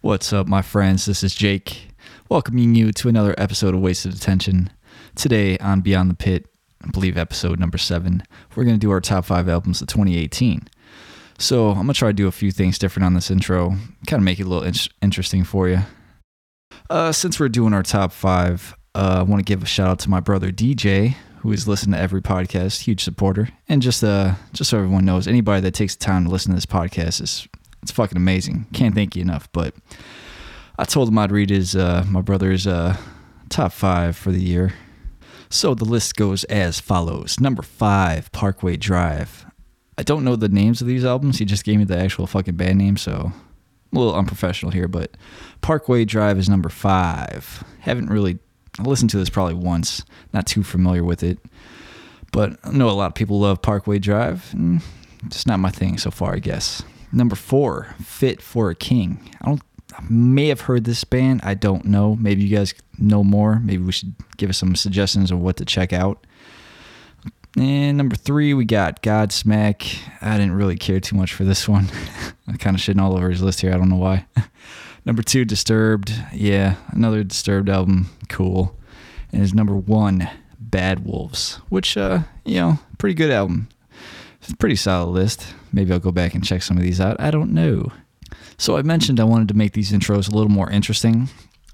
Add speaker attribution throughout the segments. Speaker 1: What's up, my friends? This is Jake, welcoming you to another episode of Wasted Attention. Today on Beyond the Pit, I believe episode number seven, we're going to do our top five albums of 2018. So I'm going to try to do a few things different on this intro, kind of make it a little in- interesting for you. Uh, since we're doing our top five, uh, I want to give a shout out to my brother DJ, who has listened to every podcast, huge supporter, and just uh, just so everyone knows, anybody that takes the time to listen to this podcast is it's fucking amazing. Can't thank you enough. But I told him I'd read his uh, my brother's uh, top five for the year. So the list goes as follows: Number five, Parkway Drive. I don't know the names of these albums. He just gave me the actual fucking band name, so I'm a little unprofessional here. But Parkway Drive is number five. Haven't really I listened to this probably once. Not too familiar with it, but I know a lot of people love Parkway Drive. And it's not my thing so far, I guess. Number four, Fit for a King. I don't. I may have heard this band. I don't know. Maybe you guys know more. Maybe we should give us some suggestions of what to check out. And number three, we got Godsmack. I didn't really care too much for this one. I'm kind of shitting all over his list here. I don't know why. number two, Disturbed. Yeah, another Disturbed album. Cool. And his number one, Bad Wolves, which, uh, you know, pretty good album. It's a pretty solid list. Maybe I'll go back and check some of these out. I don't know. So I mentioned I wanted to make these intros a little more interesting.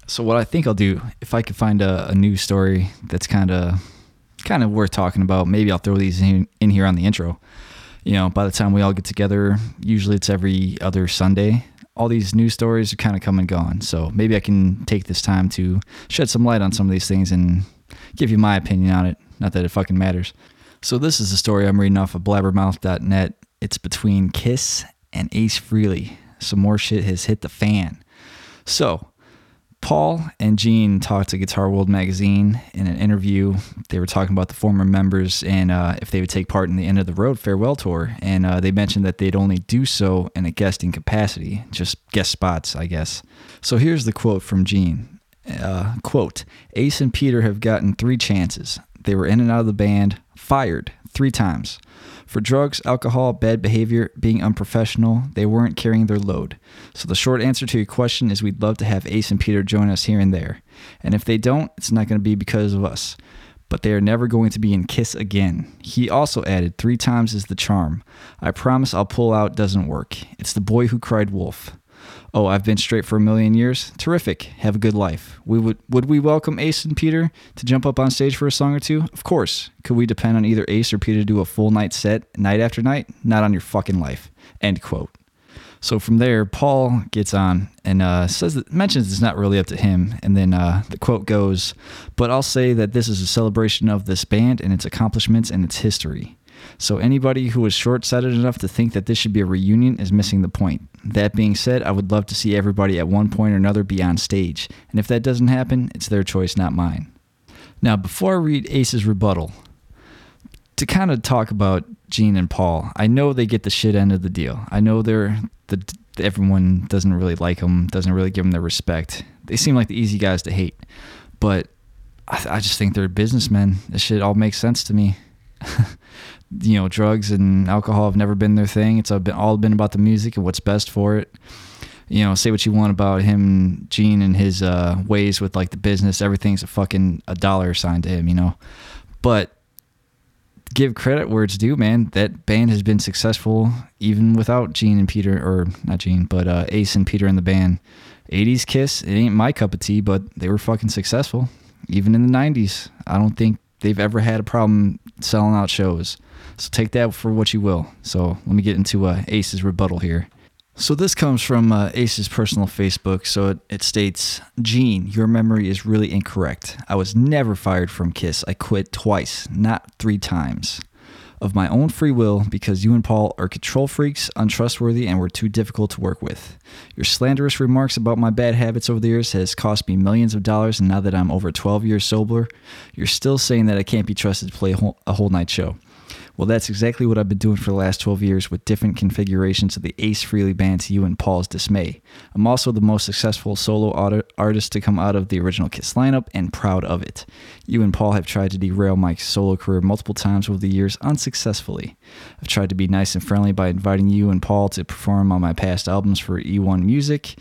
Speaker 1: So what I think I'll do, if I could find a, a news story that's kind of kind of worth talking about, maybe I'll throw these in, in here on the intro. You know, by the time we all get together, usually it's every other Sunday. All these news stories are kind of come and gone. So maybe I can take this time to shed some light on some of these things and give you my opinion on it. Not that it fucking matters. So this is the story I'm reading off of blabbermouth.net. It's between Kiss and Ace Freely. Some more shit has hit the fan. So, Paul and Gene talked to Guitar World magazine in an interview. They were talking about the former members and uh, if they would take part in the end of the road farewell tour. And uh, they mentioned that they'd only do so in a guesting capacity, just guest spots, I guess. So here's the quote from Gene. Uh, quote, Ace and Peter have gotten three chances. They were in and out of the band, fired three times. For drugs, alcohol, bad behavior, being unprofessional, they weren't carrying their load. So the short answer to your question is we'd love to have Ace and Peter join us here and there. And if they don't, it's not going to be because of us. But they are never going to be in Kiss again. He also added, three times is the charm. I promise I'll pull out doesn't work. It's the boy who cried wolf. Oh, I've been straight for a million years. Terrific. Have a good life. We would would we welcome Ace and Peter to jump up on stage for a song or two? Of course. Could we depend on either Ace or Peter to do a full night set night after night? Not on your fucking life. End quote. So from there, Paul gets on and uh, says that, mentions it's not really up to him. And then uh, the quote goes, "But I'll say that this is a celebration of this band and its accomplishments and its history." So anybody who is short-sighted enough to think that this should be a reunion is missing the point. That being said, I would love to see everybody at one point or another be on stage, and if that doesn't happen, it's their choice, not mine. Now, before I read Ace's rebuttal, to kind of talk about Gene and Paul, I know they get the shit end of the deal. I know they're the everyone doesn't really like them, doesn't really give them their respect. They seem like the easy guys to hate, but I, I just think they're businessmen. This shit all makes sense to me. you know, drugs and alcohol have never been their thing. It's all been, all been about the music and what's best for it. You know, say what you want about him, Gene, and his uh, ways with like the business. Everything's a fucking a dollar sign to him, you know. But give credit where it's due, man. That band has been successful even without Gene and Peter, or not Gene, but uh, Ace and Peter in the band. 80s Kiss, it ain't my cup of tea, but they were fucking successful. Even in the 90s, I don't think they've ever had a problem selling out shows. So take that for what you will. So let me get into uh, Ace's rebuttal here. So this comes from uh, Ace's personal Facebook. So it, it states, Gene, your memory is really incorrect. I was never fired from KISS. I quit twice, not three times. Of my own free will, because you and Paul are control freaks, untrustworthy, and were too difficult to work with. Your slanderous remarks about my bad habits over the years has cost me millions of dollars, and now that I'm over 12 years sober, you're still saying that I can't be trusted to play a whole, a whole night show. Well, that's exactly what I've been doing for the last 12 years with different configurations of the Ace Freely band to you and Paul's dismay. I'm also the most successful solo auto- artist to come out of the original Kiss lineup and proud of it. You and Paul have tried to derail my solo career multiple times over the years unsuccessfully. I've tried to be nice and friendly by inviting you and Paul to perform on my past albums for E1 E Music.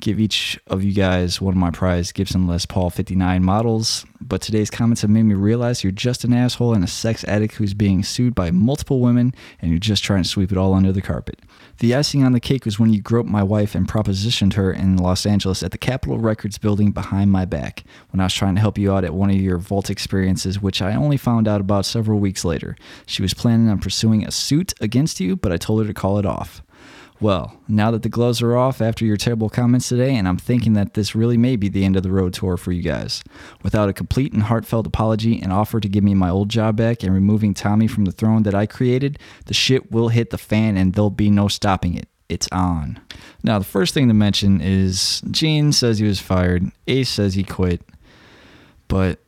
Speaker 1: give each of you guys one of my prized Gibson Les Paul 59 models. But today's comments have made me realize you're just an asshole and a sex addict who's being sued by multiple women, and you're just trying to sweep it all under the carpet. The icing on the cake was when you groped my wife and propositioned her in Los Angeles at the Capitol Records building behind my back when I was trying to help you out at one of your vault experiences, which I only found out about several weeks later. She was planning on pursuing a suit against you, but I told her to call it off. Well, now that the gloves are off after your terrible comments today, and I'm thinking that this really may be the end of the road tour for you guys. Without a complete and heartfelt apology and offer to give me my old job back and removing Tommy from the throne that I created, the shit will hit the fan and there'll be no stopping it. It's on. Now, the first thing to mention is Gene says he was fired, Ace says he quit, but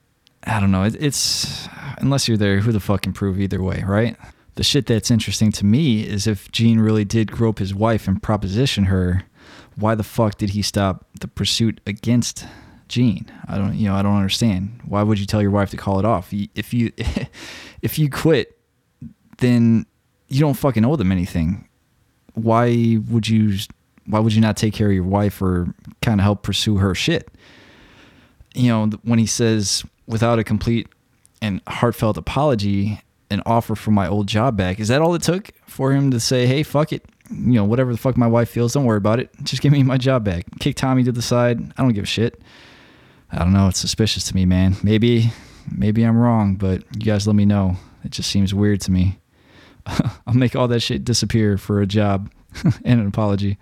Speaker 1: I don't know. It, it's unless you're there, who the fuck can prove either way, right? The shit that's interesting to me is if Gene really did grope his wife and proposition her, why the fuck did he stop the pursuit against Gene? I don't, you know, I don't understand. Why would you tell your wife to call it off? You- If you, if you quit, then you don't fucking owe them anything. Why would you? Why would you not take care of your wife or kind of help pursue her shit? you know, th- when he says without a complete and heartfelt apology, an offer for my old job back, is that all it took for him to say, hey, fuck it? You know, whatever the fuck my wife feels, don't worry about it. Just give me my job back. Kick Tommy to the side. I don't give a shit. I don't know. It's suspicious to me, man. Maybe, maybe I'm wrong, but you guys let me know. It just seems weird to me. I'll make all that shit disappear for a job and an apology.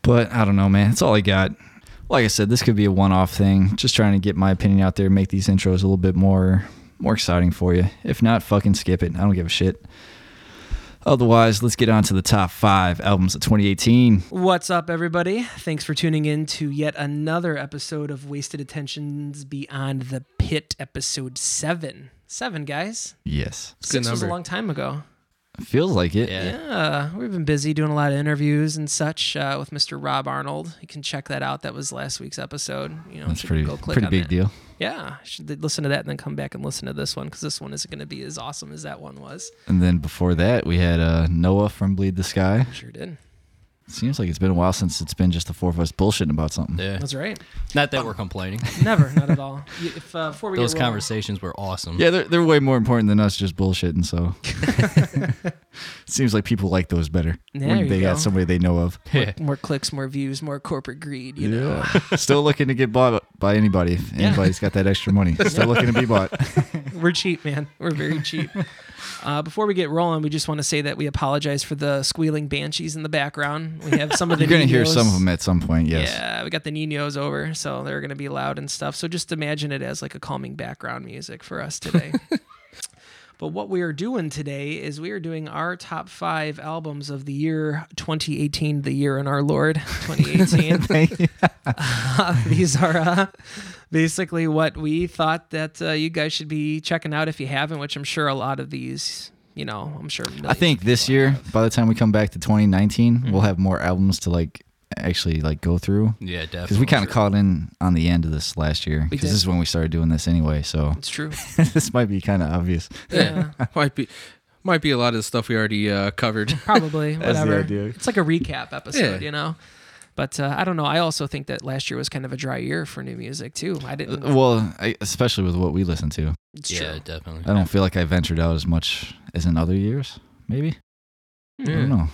Speaker 1: But I don't know, man. That's all I got like I said, this could be a one-off thing. Just trying to get my opinion out there, make these intros a little bit more more exciting for you. If not, fucking skip it. I don't give a shit. Otherwise, let's get on to the top five albums of 2018.
Speaker 2: What's up, everybody? Thanks for tuning in to yet another episode of Wasted Attentions Beyond the Pit, episode seven. Seven, guys.
Speaker 1: Yes,
Speaker 3: It's a good
Speaker 2: Six was a
Speaker 3: number.
Speaker 2: long time ago.
Speaker 1: feels like it.
Speaker 3: Yeah.
Speaker 2: Yeah, we've been busy doing a lot of interviews and such uh, with Mr. Rob Arnold. You can check that out. That was last week's episode. You know,
Speaker 1: That's
Speaker 2: should
Speaker 1: pretty
Speaker 2: go click
Speaker 1: pretty
Speaker 2: on
Speaker 1: big
Speaker 2: that.
Speaker 1: deal.
Speaker 2: Yeah, should listen to that and then come back and listen to this one because this one isn't going to be as awesome as that one was.
Speaker 1: And then before that, we had uh, Noah from Bleed the Sky.
Speaker 2: Sure did.
Speaker 1: Seems like it's been a while since it's been just the four of us bullshitting about something.
Speaker 3: Yeah.
Speaker 2: That's right.
Speaker 3: Not that we're complaining.
Speaker 2: Never, not at all. You- If uh, before we
Speaker 3: Those
Speaker 2: get rolling-
Speaker 3: conversations were awesome.
Speaker 1: Yeah, they're, they're way more important than us just bullshitting. So seems like people like those better
Speaker 2: There
Speaker 1: when
Speaker 2: you
Speaker 1: they
Speaker 2: go.
Speaker 1: got somebody they know of.
Speaker 3: Yeah.
Speaker 2: more clicks, more views, more corporate greed. You know,
Speaker 1: Yeah. Still looking to get bought by anybody. If anybody's got that extra money, still looking to be bought.
Speaker 2: we're cheap, man. We're very cheap. Uh, before we get rolling, we just want to say that we apologize for the squealing banshees in the background. We have some of the
Speaker 1: You're going to hear
Speaker 2: Ninos.
Speaker 1: some of them at some point, yes.
Speaker 2: Yeah, we got the Ninos over, so they're gonna be loud and stuff. So just imagine it as like a calming background music for us today. but what we are doing today is we are doing our top five albums of the year 2018, the year in our Lord 2018.
Speaker 1: Thank you.
Speaker 2: these are uh, basically what we thought that uh, you guys should be checking out if you haven't, which I'm sure a lot of these, you know, I'm sure.
Speaker 1: I think this year, by the time we come back to 2019, we'll have more albums to like actually like go through
Speaker 3: Yeah, definitely.
Speaker 1: because we kind of caught in on the end of this last year because this
Speaker 2: did.
Speaker 1: is when we started doing this anyway. So
Speaker 2: it's true.
Speaker 1: this might be kind of obvious.
Speaker 2: Yeah,
Speaker 3: might be might be a lot of the stuff we already uh, covered.
Speaker 2: probably.
Speaker 1: That's the
Speaker 2: whatever.
Speaker 1: idea.
Speaker 2: It's like a recap episode,
Speaker 3: Yeah.
Speaker 2: you know. But uh, I don't know. I also think that last year was kind of a dry year for new music too. I
Speaker 1: Uh,
Speaker 2: didn't.
Speaker 1: Well, I, especially with what we listen to,
Speaker 2: It's
Speaker 3: yeah,
Speaker 2: true.
Speaker 3: definitely.
Speaker 1: I don't feel like I ventured out as much as in other years. Maybe I
Speaker 2: Hmm.
Speaker 3: Yeah.
Speaker 1: don't know.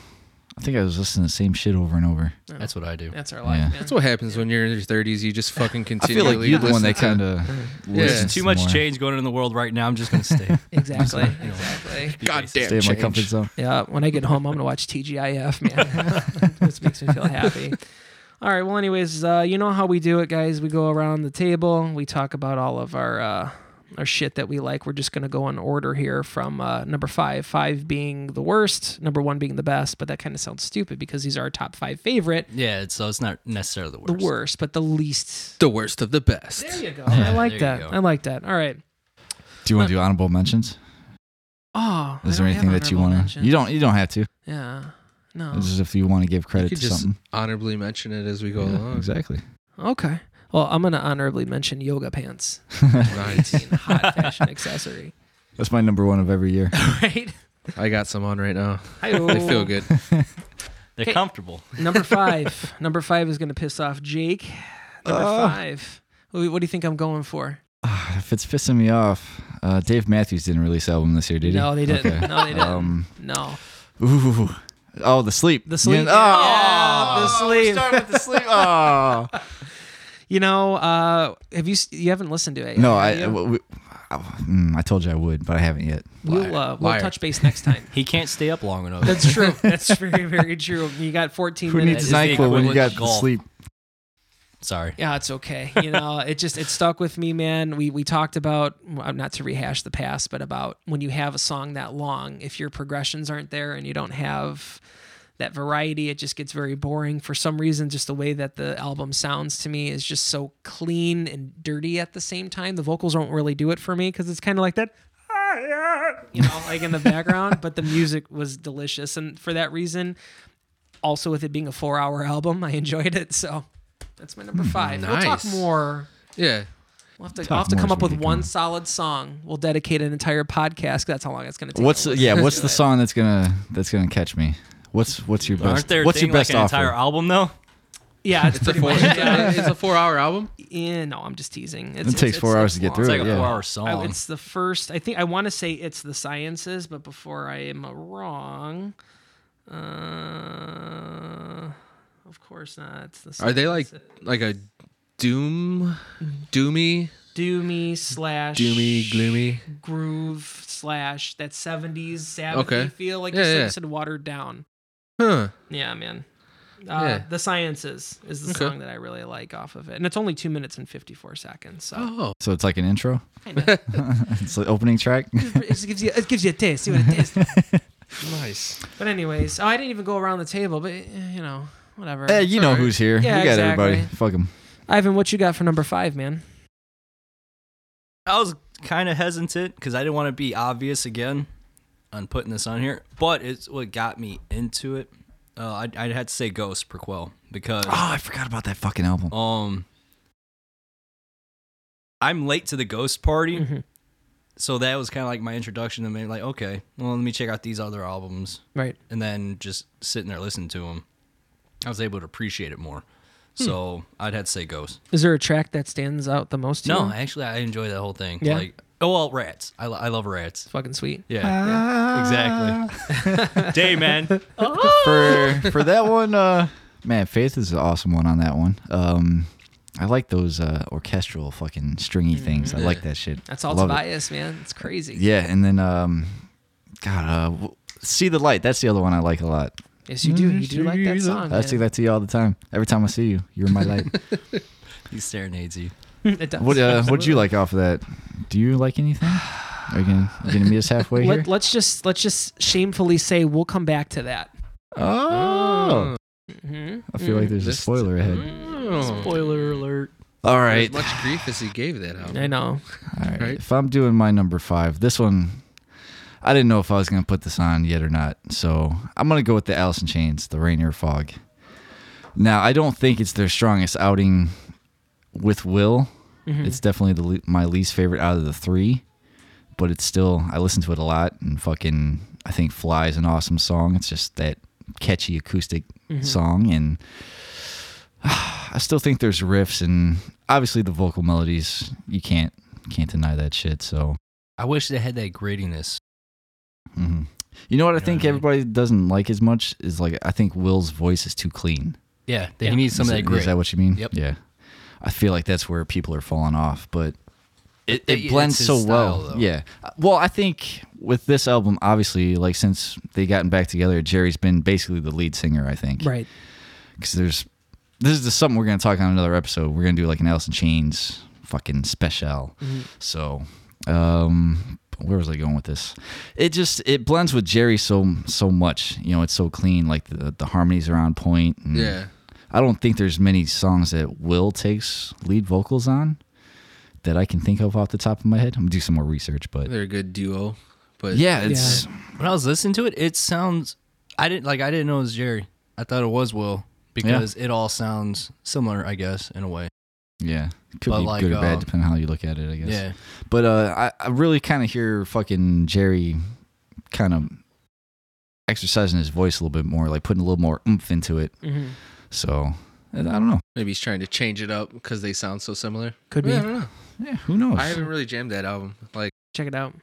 Speaker 1: I think I was listening to the same shit over and over.
Speaker 2: No,
Speaker 3: That's what I do.
Speaker 2: that's our life,
Speaker 1: Yeah.
Speaker 2: man.
Speaker 3: That's what happens when you're in your 30s. You just fucking
Speaker 1: I feel
Speaker 3: continually.
Speaker 1: like you're the one that
Speaker 3: listen
Speaker 1: kind
Speaker 3: to-
Speaker 1: of
Speaker 3: Yeah.
Speaker 1: listens
Speaker 3: Too
Speaker 1: to
Speaker 3: much
Speaker 1: more.
Speaker 3: change going on in the world right now. I'm just gonna stay.
Speaker 2: exactly.
Speaker 3: You know.
Speaker 2: exactly.
Speaker 3: Be
Speaker 4: God
Speaker 3: racist.
Speaker 4: damn.
Speaker 1: Stay in my
Speaker 4: change.
Speaker 1: comfort zone.
Speaker 2: Yeah, when I get home, I'm gonna watch TGIF, man. this makes me feel happy. All right. Well, anyways, uh, you know how we do it, guys. We go around the table. We talk about all of our uh, our shit that we like. We're just gonna go in order here from uh, number five, five being the worst, number one being the best. But that kind of sounds stupid because these are our top five favorite,
Speaker 3: Yeah, it's- so it's not necessarily the worst.
Speaker 2: the worst, but the least.
Speaker 3: The worst of the best.
Speaker 2: There you go.
Speaker 1: Yeah,
Speaker 2: I like
Speaker 3: there you
Speaker 2: that.
Speaker 3: go.
Speaker 2: I like that. All right.
Speaker 1: Do you want to do honorable mentions?
Speaker 2: Oh, I
Speaker 1: Is there
Speaker 2: don't have
Speaker 1: anything that you
Speaker 2: honorable
Speaker 1: want to?
Speaker 2: mentions. Oh.
Speaker 1: You don't. You don't have to.
Speaker 2: Yeah. No.
Speaker 1: This is if you want to give
Speaker 3: You
Speaker 1: credit to
Speaker 3: could just
Speaker 1: something.
Speaker 3: honorably mention it as we go
Speaker 1: Yeah,
Speaker 3: along.
Speaker 1: exactly.
Speaker 2: Okay. Well, I'm gonna honorably mention yoga pants.
Speaker 3: Nice.
Speaker 2: hot fashion accessory.
Speaker 1: That's my number one of every year.
Speaker 2: Right?
Speaker 3: I got some on right now.
Speaker 2: I
Speaker 3: They feel good.
Speaker 4: They're
Speaker 2: Okay.
Speaker 4: comfortable.
Speaker 2: Number five. number five is gonna piss off Jake. Number
Speaker 1: Uh.
Speaker 2: five. Wh- What do you think I'm going for?
Speaker 1: If it's pissing me off, uh, Dave Matthews didn't release album this year, did he?
Speaker 2: No, they didn't.
Speaker 1: Okay.
Speaker 2: No, they didn't.
Speaker 1: Um,
Speaker 2: no.
Speaker 1: ooh. Oh, the sleep.
Speaker 2: The sleep.
Speaker 1: Yeah,
Speaker 2: Yeah, the
Speaker 1: oh,
Speaker 2: sleep.
Speaker 1: we're starting with the sleep. Oh.
Speaker 2: You know, uh, have you s- you haven't listened to it? yet,
Speaker 1: no, I,
Speaker 2: have you?
Speaker 1: w- w- I, mm, I told you I would, but I haven't yet.
Speaker 2: we'll, uh, we'll
Speaker 3: Liar.
Speaker 2: touch base next time.
Speaker 4: He can't stay up long enough.
Speaker 2: That's true. That's very very true. You got 14
Speaker 1: Who
Speaker 2: minutes.
Speaker 1: needs
Speaker 4: is the
Speaker 1: Nyquil when you
Speaker 4: equivalent
Speaker 1: got
Speaker 4: to
Speaker 1: the
Speaker 4: golf.
Speaker 1: sleep?
Speaker 4: Sorry.
Speaker 2: Yeah, it's okay. You know, it just it stuck with me, man. We we talked about well, not to rehash the past, but about when you have a song that long, if your progressions aren't there and you don't have that variety, it just gets very boring. For some reason, just the way that the album sounds to me is just so clean and dirty at the same time. The vocals don't really do it for me because it's kind of like that. "Ah, yeah," You know, like in the background, but the music was delicious. And for that reason, also with it being a four hour album, I enjoyed it. So that's my number five. We'll talk
Speaker 3: Nice.
Speaker 2: more.
Speaker 3: Yeah.
Speaker 2: We'll have to,
Speaker 1: Talk
Speaker 2: I'll have to
Speaker 1: more
Speaker 2: come
Speaker 1: as
Speaker 2: up
Speaker 1: we
Speaker 2: with
Speaker 1: get
Speaker 2: one
Speaker 1: going.
Speaker 2: solid song. We'll dedicate an entire podcast. 'cause That's how long it's going to take.
Speaker 1: What's
Speaker 2: to
Speaker 1: the, yeah?
Speaker 2: listen
Speaker 1: What's
Speaker 2: to
Speaker 1: the
Speaker 2: it.
Speaker 1: song that's gonna that's gonna catch me? What's what's your best?
Speaker 4: Aren't there
Speaker 1: what's your
Speaker 4: thing like
Speaker 1: best
Speaker 4: an
Speaker 1: offer?
Speaker 4: entire album though?
Speaker 2: Yeah, it's,
Speaker 3: It's a
Speaker 2: pretty
Speaker 3: four.
Speaker 2: much.
Speaker 3: it's, a,
Speaker 2: Yeah,
Speaker 3: it's a four-hour album.
Speaker 2: yeah, no, I'm just teasing. It's,
Speaker 1: It takes four hours to get
Speaker 2: long.
Speaker 1: through
Speaker 4: It's
Speaker 1: Sure,
Speaker 4: like a
Speaker 1: yeah.
Speaker 4: four-hour
Speaker 2: I-
Speaker 4: song.
Speaker 2: it's the first. I think I want to say it's the sciences, but before I am wrong, uh, of course not. It's the
Speaker 3: Are they like like a doom, doomy,
Speaker 2: doomy slash
Speaker 3: doomy, gloomy?
Speaker 2: groove slash that 70s savage
Speaker 3: Okay.
Speaker 2: feel like
Speaker 3: Yeah,
Speaker 2: you
Speaker 3: yeah.
Speaker 2: said watered down
Speaker 3: Huh.
Speaker 2: yeah man uh,
Speaker 3: Yeah.
Speaker 2: the sciences is the
Speaker 3: Okay.
Speaker 2: song that i really like off of it and it's only two minutes and 54 seconds so
Speaker 3: Oh.
Speaker 1: So it's like an intro.
Speaker 2: kinda.
Speaker 1: it's the opening track.
Speaker 2: it just gives you it gives you a taste see what it is
Speaker 3: Nice.
Speaker 2: but anyways oh i didn't even go around the table but eh, you know whatever
Speaker 1: hey, Eh, you
Speaker 3: It's
Speaker 1: know
Speaker 3: alright.
Speaker 1: who's here.
Speaker 2: Yeah,
Speaker 1: we got everybody.
Speaker 2: exactly.
Speaker 1: Fuck them.
Speaker 2: ivan what you got for number five man
Speaker 4: I was kind of hesitant because I didn't want to be obvious again on putting this on here, but it's what got me into it. Uh, I'd, I'd had to say Ghost Perquel because
Speaker 1: Oh, I forgot about that fucking album.
Speaker 4: um, I'm late to the Ghost party,
Speaker 2: Mhm.
Speaker 4: so that was kind of like my introduction to me. Like, okay, well, let me check out these other albums,
Speaker 2: right
Speaker 4: and then just sitting there listening to them, I was able to appreciate it more.
Speaker 2: Hmm.
Speaker 4: So I'd had to say Ghost.
Speaker 2: is there a track that stands out the most to
Speaker 4: No,
Speaker 2: you?
Speaker 4: actually, I enjoy that whole thing.
Speaker 2: Yeah?
Speaker 4: Like, oh well, Rats. I, lo- I love Rats.
Speaker 2: fucking sweet
Speaker 4: Yeah.
Speaker 1: Ah.
Speaker 4: Exactly. Day, man.
Speaker 1: for for that one, uh, man, Faith is an awesome one on that one. Um, I like those uh, orchestral fucking stringy
Speaker 4: Mm-hmm.
Speaker 1: things. I like that shit.
Speaker 2: that's
Speaker 1: I
Speaker 2: all
Speaker 1: love it.
Speaker 2: tobias man it's crazy
Speaker 1: Yeah, and then um, God, uh, w- see the light. That's the other one I like a lot.
Speaker 2: yes you do you do like
Speaker 4: Mm-hmm.
Speaker 2: that song
Speaker 1: I
Speaker 2: man.
Speaker 1: see that to you all the time. Every time I see you, you're my light.
Speaker 4: He serenades you.
Speaker 2: It does.
Speaker 1: what uh, what'd you
Speaker 2: Absolutely.
Speaker 1: like off of that? Do you like anything? Are you gonna, you gonna meet us halfway here?
Speaker 2: Let, let's just let's just shamefully say we'll come back to that.
Speaker 1: Oh,
Speaker 2: Mm-hmm. Mm.
Speaker 1: I feel like there's a
Speaker 3: This-
Speaker 1: spoiler ahead.
Speaker 3: Oh.
Speaker 4: Spoiler alert.
Speaker 1: All
Speaker 3: As
Speaker 1: right,
Speaker 3: much grief as he gave that album.
Speaker 2: I know.
Speaker 1: all right.
Speaker 3: right.
Speaker 1: If I'm doing my number five, this one, I didn't know if I was gonna put this on yet or not, so I'm gonna go with the Alice in Chains, the Rainier Fog. Now, I don't think it's their strongest outing with Will.
Speaker 2: Mm-hmm.
Speaker 1: It's definitely the le- my least favorite out of the three, but it's still I listen to it a lot and fucking I think Fly is an awesome song. It's just that catchy acoustic
Speaker 2: Mm-hmm.
Speaker 1: song and I still think there's riffs and obviously the vocal melodies you can't can't deny that shit. So
Speaker 4: I wish they had that grittiness.
Speaker 1: mhm. you know what I
Speaker 4: know
Speaker 1: think
Speaker 4: what I mean?
Speaker 1: everybody doesn't like as much is like I think Will's voice is too clean.
Speaker 4: Yeah, they
Speaker 2: Yeah.
Speaker 4: he needs some
Speaker 1: is
Speaker 4: of
Speaker 1: it-
Speaker 4: that grit.
Speaker 1: Is that what you mean?
Speaker 4: Yep.
Speaker 1: Yeah. I feel like that's where people are falling off, but it,
Speaker 4: It-
Speaker 1: it,
Speaker 4: it's
Speaker 1: blends
Speaker 4: his
Speaker 1: so well.
Speaker 4: style, though.
Speaker 1: Yeah. Uh, Well, I think with this album, obviously, like since they gotten back together, Jerry's been basically the lead singer, I think.
Speaker 2: Right.
Speaker 1: Because there's, this is something we're going to talk on another episode. We're going to do like an Alice in Chains fucking special. So, um, where was I going with this? It just it blends with Jerry so so much. You know, it's so clean. Like the the harmonies are on point. And
Speaker 3: Yeah.
Speaker 1: I don't think there's many songs that Will takes lead vocals on that I can think of off the top of my head. I'm gonna do some more research, but
Speaker 3: They're a good duo. But
Speaker 1: yeah, it's
Speaker 4: when I was listening to it, it sounds. I didn't like. I didn't know it was Jerry. I thought it was Will because it all sounds similar. I guess in a way.
Speaker 1: yeah, could
Speaker 4: But
Speaker 1: be
Speaker 4: like,
Speaker 1: good or bad
Speaker 4: uh,
Speaker 1: depending on how you look at it, I guess.
Speaker 4: Yeah.
Speaker 1: But uh, I, I really kind of hear fucking Jerry kind of exercising his voice a little bit more, like putting a little more oomph into it.
Speaker 2: Mhm.
Speaker 1: So and I don't know.
Speaker 3: Maybe he's trying to change it up because they sound so similar.
Speaker 2: Could be. Oh,
Speaker 3: Yeah, I don't know.
Speaker 1: Yeah, who knows?
Speaker 3: I haven't really jammed that album. Like
Speaker 2: Check it out.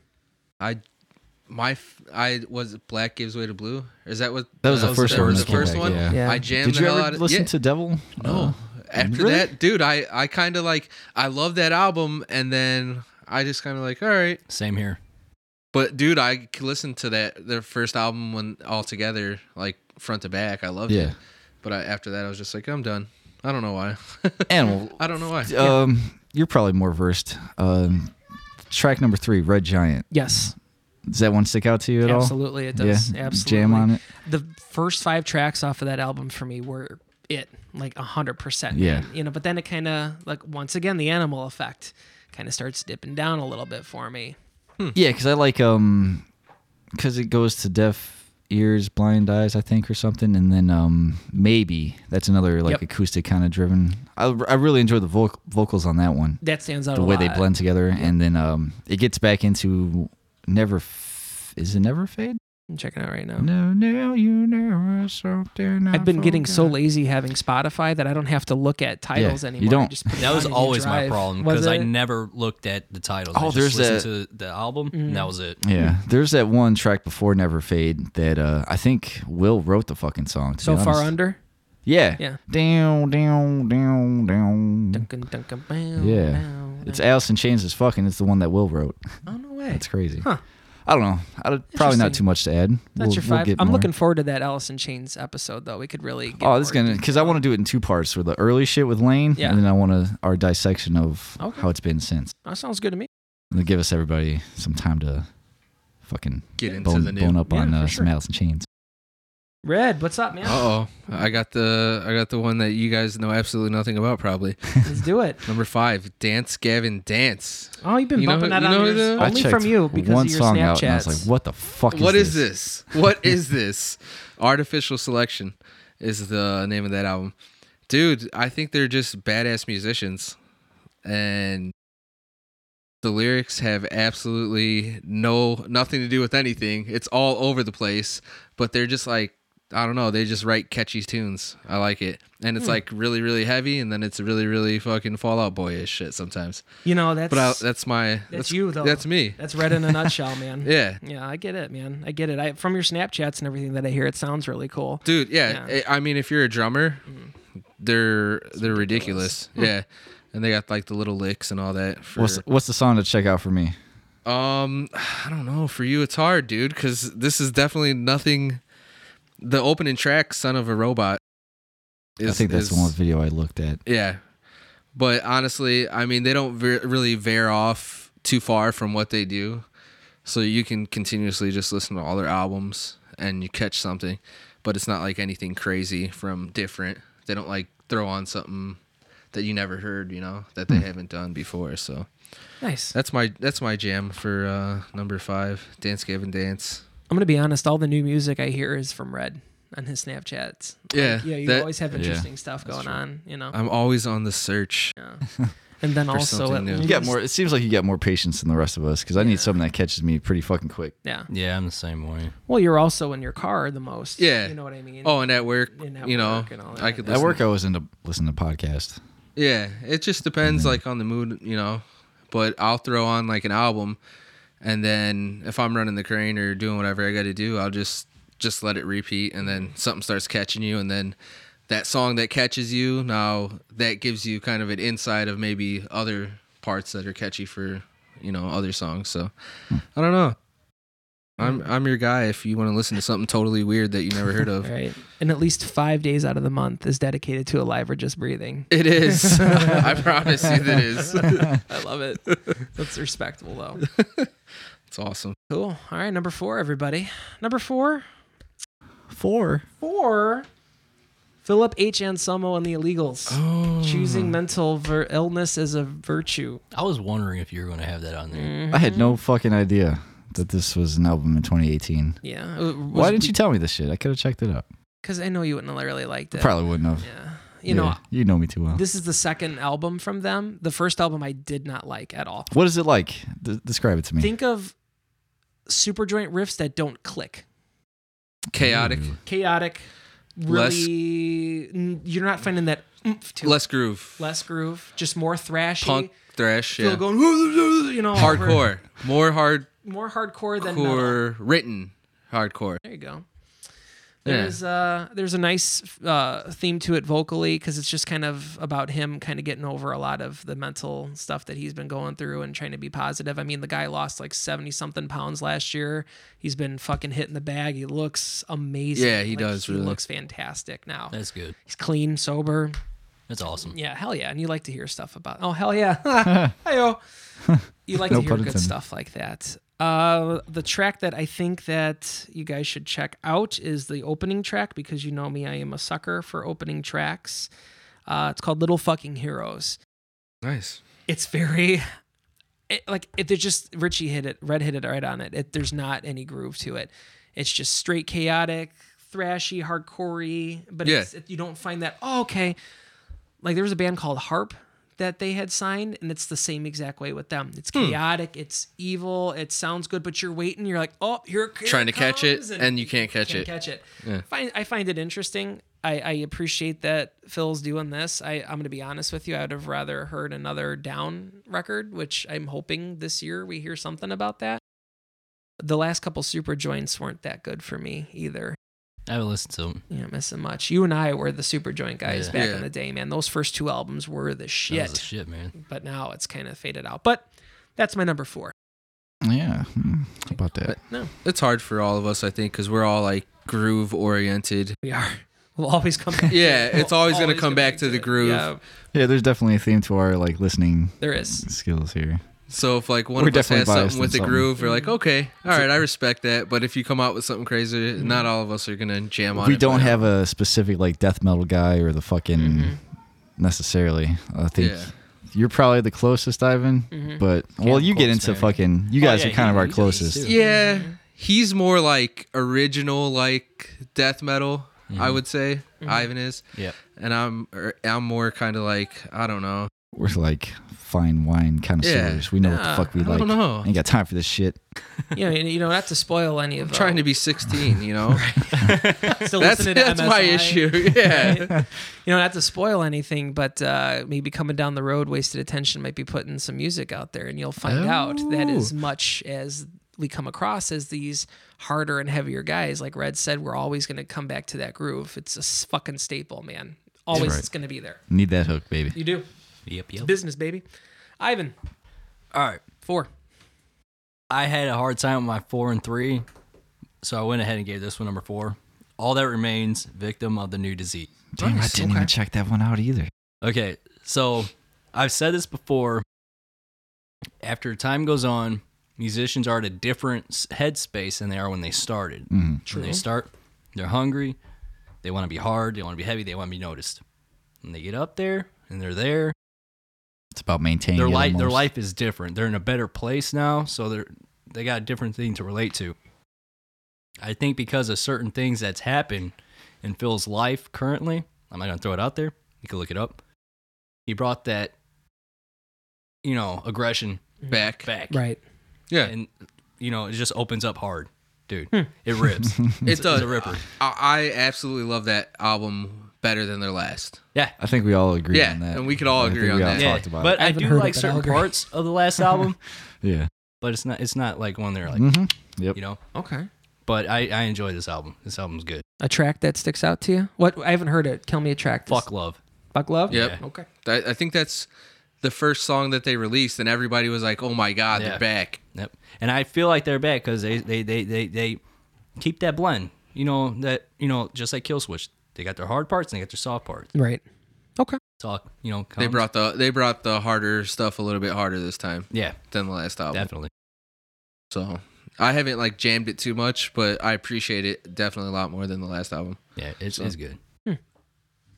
Speaker 3: my, f- I was it Black gives way to blue. Is that what?
Speaker 1: that was the
Speaker 4: that was-
Speaker 1: first
Speaker 4: that
Speaker 1: one.
Speaker 4: was
Speaker 1: that
Speaker 4: the
Speaker 1: came
Speaker 3: first
Speaker 1: back,
Speaker 3: one?
Speaker 1: Yeah.
Speaker 2: Yeah.
Speaker 3: I jammed
Speaker 1: Did you
Speaker 3: the hell
Speaker 1: ever
Speaker 3: out of-
Speaker 1: listen
Speaker 3: yeah.
Speaker 1: to Devil? Uh,
Speaker 3: No. After
Speaker 1: really?
Speaker 3: that, dude, I I kind of like I love that album, and then I just kind of like, all right.
Speaker 4: Same here.
Speaker 3: But dude, I c- listened to that their first album when all together, like front to back. I loved
Speaker 1: yeah.
Speaker 3: it. But I, after that, I was just like, I'm done. I don't know why.
Speaker 1: Animal.
Speaker 3: I don't know why.
Speaker 1: Um, you're probably more versed. Um, track number three, Red Giant.
Speaker 2: Yes,
Speaker 1: Does that one stick out to you at
Speaker 2: absolutely. It
Speaker 1: all?
Speaker 2: does.
Speaker 1: yeah.
Speaker 2: Absolutely.
Speaker 1: Jam on it.
Speaker 2: the first five tracks off of that album for me were it like a hundred percent
Speaker 1: Yeah.
Speaker 2: man. you know but then it kind of like once again the animal effect kind of starts dipping down a little bit for me
Speaker 1: Yeah, because I like um, because it goes to deaf ears, blind eyes, I think, or something, and then um, maybe that's another like
Speaker 2: Yep.
Speaker 1: acoustic kind of driven. I, I really enjoy the voc- vocals on that one,
Speaker 2: that stands out
Speaker 1: the
Speaker 2: a
Speaker 1: way
Speaker 2: lot.
Speaker 1: they blend together, and then um, it gets back into never. F- is it never fade?
Speaker 2: i'm checking out right now
Speaker 1: No, no, you never something.
Speaker 2: i've been getting so
Speaker 1: forgot.
Speaker 2: lazy having spotify that i don't have to look at titles
Speaker 1: you
Speaker 2: anymore
Speaker 1: don't.
Speaker 2: Just put it
Speaker 4: That was
Speaker 2: on and you
Speaker 4: always my
Speaker 2: drive.
Speaker 4: problem
Speaker 2: Was
Speaker 4: because I
Speaker 2: it?
Speaker 4: never looked at the titles.
Speaker 1: Oh,
Speaker 4: I just
Speaker 1: there's
Speaker 4: listened to the album,
Speaker 2: Mhm.
Speaker 4: and that was it.
Speaker 1: Yeah,
Speaker 3: Hmm.
Speaker 1: there's that one track before Never Fade that uh, I think Will wrote the fucking song. To
Speaker 2: so
Speaker 1: be
Speaker 2: far
Speaker 1: honest.
Speaker 2: under
Speaker 1: Yeah.
Speaker 2: Yeah.
Speaker 1: Down, down, down, down.
Speaker 2: Duncan, Duncan, bow,
Speaker 1: Yeah.
Speaker 2: bow,
Speaker 1: It's
Speaker 2: bow.
Speaker 1: Alice in Chains is fucking. It's the one that Will wrote.
Speaker 2: oh no way
Speaker 1: That's crazy.
Speaker 2: Huh.
Speaker 1: I don't know. I probably
Speaker 2: Interesting.
Speaker 1: not too much to add.
Speaker 2: that's
Speaker 1: We'll-
Speaker 2: your
Speaker 1: we'll
Speaker 2: 5
Speaker 1: get
Speaker 2: i'm
Speaker 1: more.
Speaker 2: looking forward to that allison chains episode though we could really get
Speaker 1: Oh, this is
Speaker 2: more
Speaker 1: gonna because I want to do it in two parts for the early shit with Lane,
Speaker 2: Yeah.
Speaker 1: and then I want to our dissection of
Speaker 2: Okay.
Speaker 1: how it's been since.
Speaker 2: Oh, that sounds good to me
Speaker 1: And it'll give us everybody some time to fucking
Speaker 3: Get into
Speaker 1: bone,
Speaker 3: the new.
Speaker 1: bone up
Speaker 2: Yeah,
Speaker 1: on
Speaker 2: for
Speaker 1: uh,
Speaker 2: sure.
Speaker 1: some Alice in Chains.
Speaker 2: red what's up man
Speaker 3: Uh oh, I got the I got the one that you guys know absolutely nothing about. Probably
Speaker 2: Let's do it.
Speaker 3: number five, dance Gavin dance.
Speaker 2: Oh, you've been
Speaker 3: You know
Speaker 2: bumping
Speaker 3: who-
Speaker 2: that
Speaker 3: you
Speaker 2: on
Speaker 3: know
Speaker 2: yours
Speaker 3: who the-
Speaker 1: I
Speaker 2: only
Speaker 1: checked
Speaker 2: from you because
Speaker 1: one
Speaker 2: of your
Speaker 1: song
Speaker 2: Snapchats.
Speaker 1: out, and I was like, "What the fuck is
Speaker 3: What
Speaker 1: this?"
Speaker 3: is this? What is this? Artificial Selection is the name of that album. Dude, I think they're just badass musicians. And the lyrics have absolutely no nothing to do with anything. It's all over the place, but they're just like I don't know, they just write catchy tunes. I like it. And
Speaker 2: Hmm.
Speaker 3: it's like really really heavy and then it's really really fucking Fallout Boyish shit sometimes.
Speaker 2: you know, that's
Speaker 3: But I, that's my that's,
Speaker 2: you, though.
Speaker 3: That's me.
Speaker 2: that's red in a nutshell, man.
Speaker 3: Yeah.
Speaker 2: Yeah, I get it, man. I get it. I from your Snapchats and everything that I hear, it sounds really cool.
Speaker 3: dude yeah,
Speaker 2: Yeah.
Speaker 3: I I mean if you're a drummer
Speaker 2: Mm.
Speaker 3: they're they're ridiculous, yeah and they got like the little licks and all that for
Speaker 1: Hmm. What's what's the song to check out for me?
Speaker 3: um i don't know for you it's hard dude because this is definitely nothing the opening track son of a robot
Speaker 1: I think that's the one video I looked at.
Speaker 3: yeah but honestly i mean they don't ver- really veer off too far from what they do so you can continuously just listen to all their albums and you catch something but it's not like anything crazy from different they don't like throw on something that you never heard you know that they haven't done before so
Speaker 2: Nice.
Speaker 3: that's my that's my jam for uh number five dance gavin dance
Speaker 2: I'm gonna be honest. All the new music I hear is from Red on his Snapchats.
Speaker 3: yeah,
Speaker 2: Yeah, you
Speaker 3: that-
Speaker 2: always have
Speaker 1: Yeah,
Speaker 2: interesting stuff going on, you know.
Speaker 3: i'm always on the search
Speaker 2: Yeah. And then
Speaker 3: For
Speaker 2: also,
Speaker 3: something
Speaker 2: at
Speaker 3: new. You
Speaker 1: You
Speaker 2: least,
Speaker 1: got more. It seems like you got more patience than the rest of us because I
Speaker 2: Yeah.
Speaker 1: need something that catches me pretty fucking quick.
Speaker 2: Yeah.
Speaker 4: Yeah, I'm the same way.
Speaker 2: Well, you're also in your car the most.
Speaker 3: Yeah.
Speaker 2: You know what I mean?
Speaker 3: oh and at work
Speaker 2: And at
Speaker 3: you know
Speaker 2: work and all
Speaker 3: i
Speaker 2: that.
Speaker 3: could
Speaker 2: At
Speaker 1: At
Speaker 3: listen
Speaker 1: work, I was into listening to podcasts.
Speaker 3: Yeah, it just depends like on the mood, you know. But I'll throw on like an album and then if I'm running the crane or doing whatever I got to do, I'll just just let it repeat and then something starts catching you and then that song that catches you, now that gives you kind of an insight of maybe other parts that are catchy for, you know, other songs. So I don't know. I'm I'm your guy if you want to listen to something totally weird that you never heard
Speaker 2: All
Speaker 3: of.
Speaker 2: right. And at least five days out of the month is dedicated to Alive or Just Breathing.
Speaker 3: It is. I promise you that it is.
Speaker 2: I love it. That's respectable, though.
Speaker 3: It's awesome.
Speaker 2: Cool. All right, number four, everybody. Number four,
Speaker 1: Four.
Speaker 2: four. Philip H. Anselmo and the Illegals
Speaker 3: Oh.
Speaker 2: choosing mental ver- illness as a virtue.
Speaker 4: I was wondering if you were going to have that on there.
Speaker 2: Mm-hmm.
Speaker 1: I had no fucking idea that this was an album in 2018.
Speaker 2: Yeah.
Speaker 1: Uh, Why didn't you tell me this shit? I could have checked it out.
Speaker 2: Because I know you wouldn't have really liked it.
Speaker 1: Probably wouldn't have.
Speaker 2: Yeah. You know,
Speaker 1: Yeah, you know me too well.
Speaker 2: this is the second album from them. The first album I did not like at all.
Speaker 1: What is it like? D- describe it to me.
Speaker 2: Think of super joint riffs that don't click.
Speaker 3: chaotic,
Speaker 2: chaotic, really. n- You're not finding that oomph to
Speaker 3: less groove,
Speaker 2: it. less groove, just more thrashy.
Speaker 3: punk thrash,
Speaker 2: Still
Speaker 3: yeah.
Speaker 2: going, you know, over-
Speaker 3: hardcore, more hardcore,
Speaker 2: more hardcore than metal.
Speaker 3: written hardcore.
Speaker 2: There you go.
Speaker 3: Yeah.
Speaker 2: There's uh there's a nice uh, theme to it vocally because it's just kind of about him kind of getting over a lot of the mental stuff that he's been going through and trying to be positive. I mean, the guy lost like seventy something pounds last year. He's been fucking hitting the bag. He looks amazing.
Speaker 3: Yeah, he
Speaker 2: Like,
Speaker 3: does,
Speaker 2: He
Speaker 3: really.
Speaker 2: looks fantastic now.
Speaker 5: That's good.
Speaker 2: He's clean, sober.
Speaker 5: That's awesome.
Speaker 2: Yeah, hell yeah. And you like to hear stuff about oh hell yeah. Hiyo. You like
Speaker 1: No
Speaker 2: to hear
Speaker 1: pun
Speaker 2: good
Speaker 1: intended.
Speaker 2: stuff like that. Uh, the track that I think that you guys should check out is the opening track because you know me, I am a sucker for opening tracks. Uh, it's called Little Fucking Heroes.
Speaker 3: Nice.
Speaker 2: It's very it, like it, they're just Richie hit it, Red hit it right on it. it. There's not any groove to it. It's just straight chaotic, thrashy, hardcorey. But
Speaker 3: Yeah.
Speaker 2: it's, it, you don't find that. Oh, okay. Like there was a band called Harp that they had signed, and it's the same exact way with them. It's
Speaker 3: Hmm.
Speaker 2: chaotic, it's evil, it sounds good, but you're waiting. You're like, oh, here, here
Speaker 3: Trying to catch it,
Speaker 2: comes,"
Speaker 3: and you can't catch it.
Speaker 2: catch it. Find, I find it interesting. I, I appreciate that Phil's doing this. I, I'm going to be honest with you. I would have rather heard another down record, which I'm hoping this year we hear something about that. The last couple super joints weren't that good for me either.
Speaker 5: I haven't listened to them.
Speaker 2: You're not missing much. You and I were the super joint guys
Speaker 5: Yeah.
Speaker 2: back
Speaker 3: Yeah.
Speaker 2: in the day, man. Those first two albums were the
Speaker 5: That was
Speaker 2: shit,
Speaker 5: the shit, man.
Speaker 2: but now it's kind of faded out. But that's my number four.
Speaker 1: Yeah. Hmm. How about that?
Speaker 2: No,
Speaker 3: It's hard for all of us, I think, because we're all like groove oriented.
Speaker 2: we are. We'll always come back. to
Speaker 3: Yeah,
Speaker 2: it. We'll
Speaker 3: it's always gonna come back to the
Speaker 2: it.
Speaker 3: groove.
Speaker 2: Yeah,
Speaker 1: Yeah, there's definitely a theme to our like listening
Speaker 2: there is.
Speaker 1: skills here.
Speaker 3: So if like one
Speaker 1: We're
Speaker 3: of us
Speaker 1: definitely
Speaker 3: has
Speaker 1: biased
Speaker 3: something
Speaker 1: in
Speaker 3: with a
Speaker 1: something.
Speaker 3: groove, we're
Speaker 2: Mm-hmm.
Speaker 3: like, okay, all right, I respect that. But if you come out with something crazy,
Speaker 2: Mm-hmm.
Speaker 3: not all of us are gonna jam on.
Speaker 1: We
Speaker 3: it,
Speaker 1: don't
Speaker 3: but- Mm-hmm.
Speaker 1: have a specific like death metal guy or the fucking necessarily. I think
Speaker 3: Yeah. Mm-hmm.
Speaker 1: you're probably the closest, Ivan.
Speaker 2: Mm-hmm.
Speaker 1: But well,
Speaker 5: I'm
Speaker 1: you get
Speaker 5: close,
Speaker 1: into
Speaker 5: man.
Speaker 1: fucking.
Speaker 3: Oh,
Speaker 1: You guys
Speaker 5: yeah,
Speaker 1: are kind
Speaker 5: he-
Speaker 1: of our
Speaker 5: he does this
Speaker 1: closest.
Speaker 5: too.
Speaker 3: Yeah,
Speaker 2: Mm-hmm.
Speaker 3: he's more like original, like death metal.
Speaker 1: Mm-hmm.
Speaker 3: I would say
Speaker 2: Mm-hmm.
Speaker 3: Ivan is,
Speaker 5: Yeah.
Speaker 3: and I'm er, I'm more kind of like I don't know.
Speaker 1: We're like fine wine connoisseurs. We know what the
Speaker 2: Yeah,
Speaker 1: fuck we
Speaker 3: I
Speaker 1: like.
Speaker 3: don't know.
Speaker 1: Ain't got time for this shit.
Speaker 2: you know, you know, not to spoil any of. uh,
Speaker 3: I'm trying to be 16, you know.
Speaker 2: still
Speaker 3: that's
Speaker 2: listening to
Speaker 3: that's my
Speaker 2: MSI.
Speaker 3: issue. Yeah.
Speaker 2: You know, not to spoil anything, but uh, maybe coming down the road, wasted attention might be putting some music out there, and you'll find out that as
Speaker 1: Oh.
Speaker 2: much as we come across as these harder and heavier guys, like Red said, we're always going to come back to that groove. It's a s- fucking staple, man. Always,
Speaker 1: Right.
Speaker 2: it's going to be there.
Speaker 1: Need that hook, baby.
Speaker 2: You do
Speaker 5: Yep. Yep.
Speaker 2: business, baby. Ivan,
Speaker 5: All right.
Speaker 2: four.
Speaker 5: I had a hard time with my four and three, so I went ahead and gave this one number four. All that remains, victim of the new disease.
Speaker 1: Damn,
Speaker 3: Nice,
Speaker 1: I didn't
Speaker 3: okay.
Speaker 1: even check that one out either.
Speaker 5: Okay, so I've said this before. After time goes on, musicians are at a different s- headspace than they are when they started.
Speaker 1: Mhm.
Speaker 2: True.
Speaker 5: When they start, they're hungry, they want to be hard, they want to be heavy, they want to be noticed. And they get up there and they're there.
Speaker 1: It's about maintaining
Speaker 5: Their
Speaker 1: it
Speaker 5: life, their
Speaker 1: almost.
Speaker 5: life is different. They're in a better place now, so they're they got a different thing to relate to. I think because of certain things that's happened in Phil's life currently, I'm not gonna throw it out there. You can look it up. He brought that, you know, aggression
Speaker 3: Back.
Speaker 5: back,
Speaker 2: Right.
Speaker 3: Yeah.
Speaker 5: and you know, it just opens up hard, dude.
Speaker 2: Hmm.
Speaker 5: It rips.
Speaker 3: It does.
Speaker 5: a ripper.
Speaker 3: I, I absolutely love that album better than their last.
Speaker 5: Yeah,
Speaker 1: I think we all agree
Speaker 3: Yeah,
Speaker 1: on that.
Speaker 3: and we could all
Speaker 1: I think
Speaker 3: agree on
Speaker 1: we all
Speaker 3: that.
Speaker 5: yeah.
Speaker 1: talked about
Speaker 5: but
Speaker 1: it.
Speaker 5: I,
Speaker 2: I haven't
Speaker 5: do
Speaker 2: heard
Speaker 5: like
Speaker 2: it, but
Speaker 5: certain
Speaker 2: I'll agree.
Speaker 5: parts of the last album,
Speaker 1: Yeah.
Speaker 5: but it's not it's not like one they're like,
Speaker 1: Mhm. Yep.
Speaker 5: you know.
Speaker 2: Okay.
Speaker 5: But I I enjoy this album. This album's good.
Speaker 2: A track that sticks out to you? What? I haven't heard it. Tell me a track.
Speaker 5: Fuck love.
Speaker 2: Fuck love.
Speaker 3: Yep.
Speaker 2: Okay.
Speaker 3: I, I think that's the first song that they released, and everybody was like, "Oh my god,
Speaker 5: Yeah.
Speaker 3: they're back!"
Speaker 5: Yep. And I feel like they're bad because they, they, they, they, they keep that blend. You know, that, you know, just like Kill Switch, they got their hard parts and they got their soft parts.
Speaker 2: Right. Okay.
Speaker 5: It's all, you know,
Speaker 3: They
Speaker 5: comes-
Speaker 3: brought the they brought the harder stuff a little bit harder this time
Speaker 5: Yeah,
Speaker 3: than the last album.
Speaker 5: definitely.
Speaker 3: So I haven't like jammed it too much, but I appreciate it definitely a lot more than the last album.
Speaker 5: Yeah, it's,
Speaker 3: So-
Speaker 5: it's good.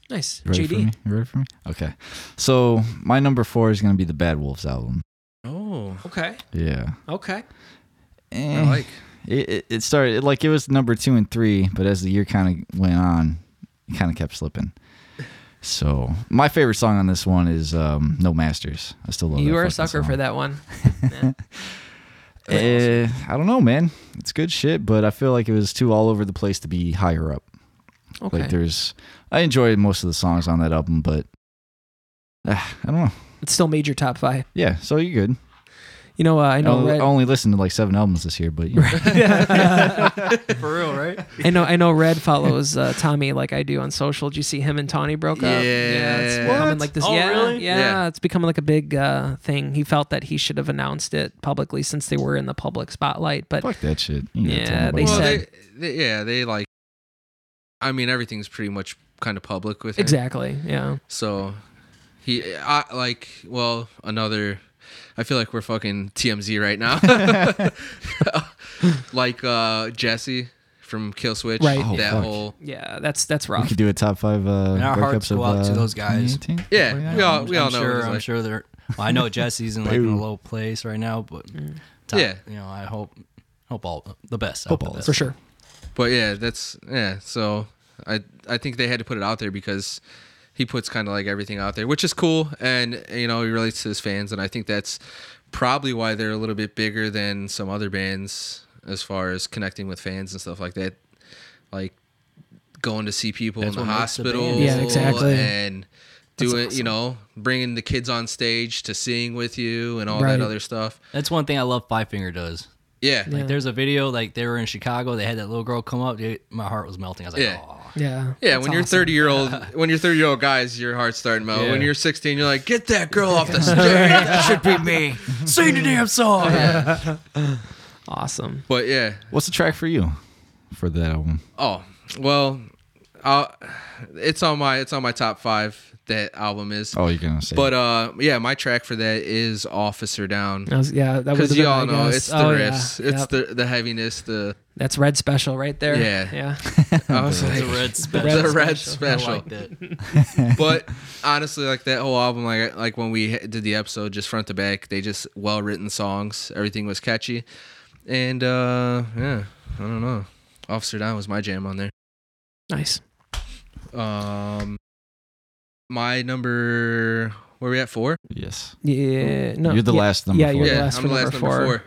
Speaker 2: Nice.
Speaker 1: You Ready
Speaker 2: JD.
Speaker 1: for me? You ready for me? Okay. So my number four is gonna be the Bad Wolves album.
Speaker 3: Oh,
Speaker 2: Okay.
Speaker 1: Yeah.
Speaker 2: Okay.
Speaker 1: Eh,
Speaker 3: I like.
Speaker 1: it, it- it started it, like it was number two and three, but as the year kind of went on, it kind of kept slipping. So my favorite song on this one is um, "No Masters." I still love.
Speaker 2: you
Speaker 1: that
Speaker 2: are a
Speaker 1: fucking
Speaker 2: sucker
Speaker 1: song.
Speaker 2: for that one.
Speaker 1: Eh, I don't know, man. It's good shit, but I feel like it was too all over the place to be higher up.
Speaker 2: Okay.
Speaker 1: Like there's, I enjoyed most of the songs on that album, but ah, I don't know.
Speaker 2: it's still made your top five.
Speaker 1: Yeah, so you're good.
Speaker 2: You know, uh, I
Speaker 1: I,
Speaker 2: know.
Speaker 1: only,
Speaker 2: Red,
Speaker 1: I only listened to like seven albums this year, but you know.
Speaker 4: For real, right?
Speaker 2: I know. I know. Red follows uh, Tommy like I do on social. Did you see him and Tawny broke up? Yeah, it's
Speaker 3: Yeah.
Speaker 2: becoming
Speaker 4: What?
Speaker 2: like this.
Speaker 4: Oh,
Speaker 2: yeah,
Speaker 4: really?
Speaker 2: yeah,
Speaker 3: Yeah.
Speaker 2: it's becoming like a big uh, thing. He felt that he should have announced it publicly since they were in the public spotlight. But
Speaker 1: fuck that shit. You ain't gotta tell
Speaker 2: Yeah,
Speaker 1: nobody
Speaker 2: They
Speaker 3: well,
Speaker 1: that.
Speaker 2: said-
Speaker 3: they, they, yeah, they like. I mean, everything's pretty much kind of public with him.
Speaker 2: exactly, yeah.
Speaker 3: So, he, I like, well, another. I feel like we're fucking TMZ right now. like uh Jesse from Kill Switch.
Speaker 2: Right.
Speaker 1: Oh,
Speaker 3: that
Speaker 1: fuck.
Speaker 3: whole.
Speaker 2: yeah, that's that's
Speaker 1: we
Speaker 2: rough.
Speaker 1: could do a top five uh,
Speaker 4: And our
Speaker 1: breakups
Speaker 4: hearts
Speaker 1: of
Speaker 4: go out to
Speaker 1: uh,
Speaker 4: those guys.
Speaker 1: 2018?
Speaker 3: Yeah, we all
Speaker 4: I'm-
Speaker 3: we all
Speaker 4: I'm
Speaker 3: know. what
Speaker 4: Sure,
Speaker 3: it's
Speaker 4: I'm
Speaker 3: like.
Speaker 4: sure they're. Well, I know Jesse's in like in a
Speaker 1: Boo.
Speaker 4: low place right now, but
Speaker 2: Mm.
Speaker 4: top-
Speaker 3: Yeah.
Speaker 4: you know, I hope hope all the best. I
Speaker 1: Hope
Speaker 4: the
Speaker 1: all
Speaker 4: best.
Speaker 2: for sure.
Speaker 3: But yeah, that's yeah. So I I think they had to put it out there because he puts kind of like everything out there, which is cool, and you know he relates to his fans, and I think that's probably why they're a little bit bigger than some other bands as far as connecting with fans and stuff like that, like going to see people
Speaker 4: That's
Speaker 3: in the
Speaker 4: what makes the band.
Speaker 3: hospital,
Speaker 2: Yeah, exactly.
Speaker 3: and
Speaker 2: That's
Speaker 3: doing you
Speaker 2: awesome.
Speaker 3: know bringing the kids on stage to sing with you and all
Speaker 2: Right.
Speaker 3: that other stuff.
Speaker 4: That's one thing I love. Five Finger does.
Speaker 3: Yeah,
Speaker 2: Yeah.
Speaker 3: yeah,
Speaker 4: There's a video like they were in Chicago. They had that little girl come up. Dude, my heart was melting. I was like,
Speaker 3: Yeah.
Speaker 4: oh.
Speaker 2: Yeah. that's
Speaker 3: when you're
Speaker 2: awesome.
Speaker 3: 30 year old, when you're 30 year old guys, your heart's starting to melt. When
Speaker 4: Yeah.
Speaker 3: you're 16, you're like, get that girl off the stage.
Speaker 4: that should be me. Sing the damn song.
Speaker 2: awesome.
Speaker 3: But yeah.
Speaker 1: What's the track for you for that album?
Speaker 3: Oh well, I'll, it's on my it's on my top five. That album is.
Speaker 1: Oh, you're gonna say.
Speaker 3: But uh, yeah, my track for that is Officer Down.
Speaker 2: That was, yeah, that was
Speaker 3: Because you all know it's the
Speaker 2: oh, yeah,
Speaker 3: riffs, it's
Speaker 2: yep.
Speaker 3: the the heaviness, the
Speaker 2: that's red special right there.
Speaker 3: Yeah.
Speaker 2: yeah.
Speaker 3: uh, I
Speaker 4: It's
Speaker 3: was
Speaker 1: uh,
Speaker 3: like,
Speaker 4: a red special.
Speaker 3: the
Speaker 2: Red
Speaker 3: red
Speaker 4: I
Speaker 3: special.
Speaker 4: liked it.
Speaker 3: but honestly, like that whole album, like like when we did the episode, just front to back, they just well written songs. Everything was catchy, and uh yeah, I don't know. Officer Down was my jam on there.
Speaker 2: Nice.
Speaker 3: Um, my number, where we at four?
Speaker 1: yes,
Speaker 2: Yeah. No.
Speaker 1: you're the
Speaker 2: yeah.
Speaker 1: last number.
Speaker 2: yeah,
Speaker 1: four.
Speaker 2: you're the last
Speaker 3: I'm
Speaker 2: for
Speaker 3: the last
Speaker 2: number
Speaker 3: number
Speaker 2: four.
Speaker 3: four.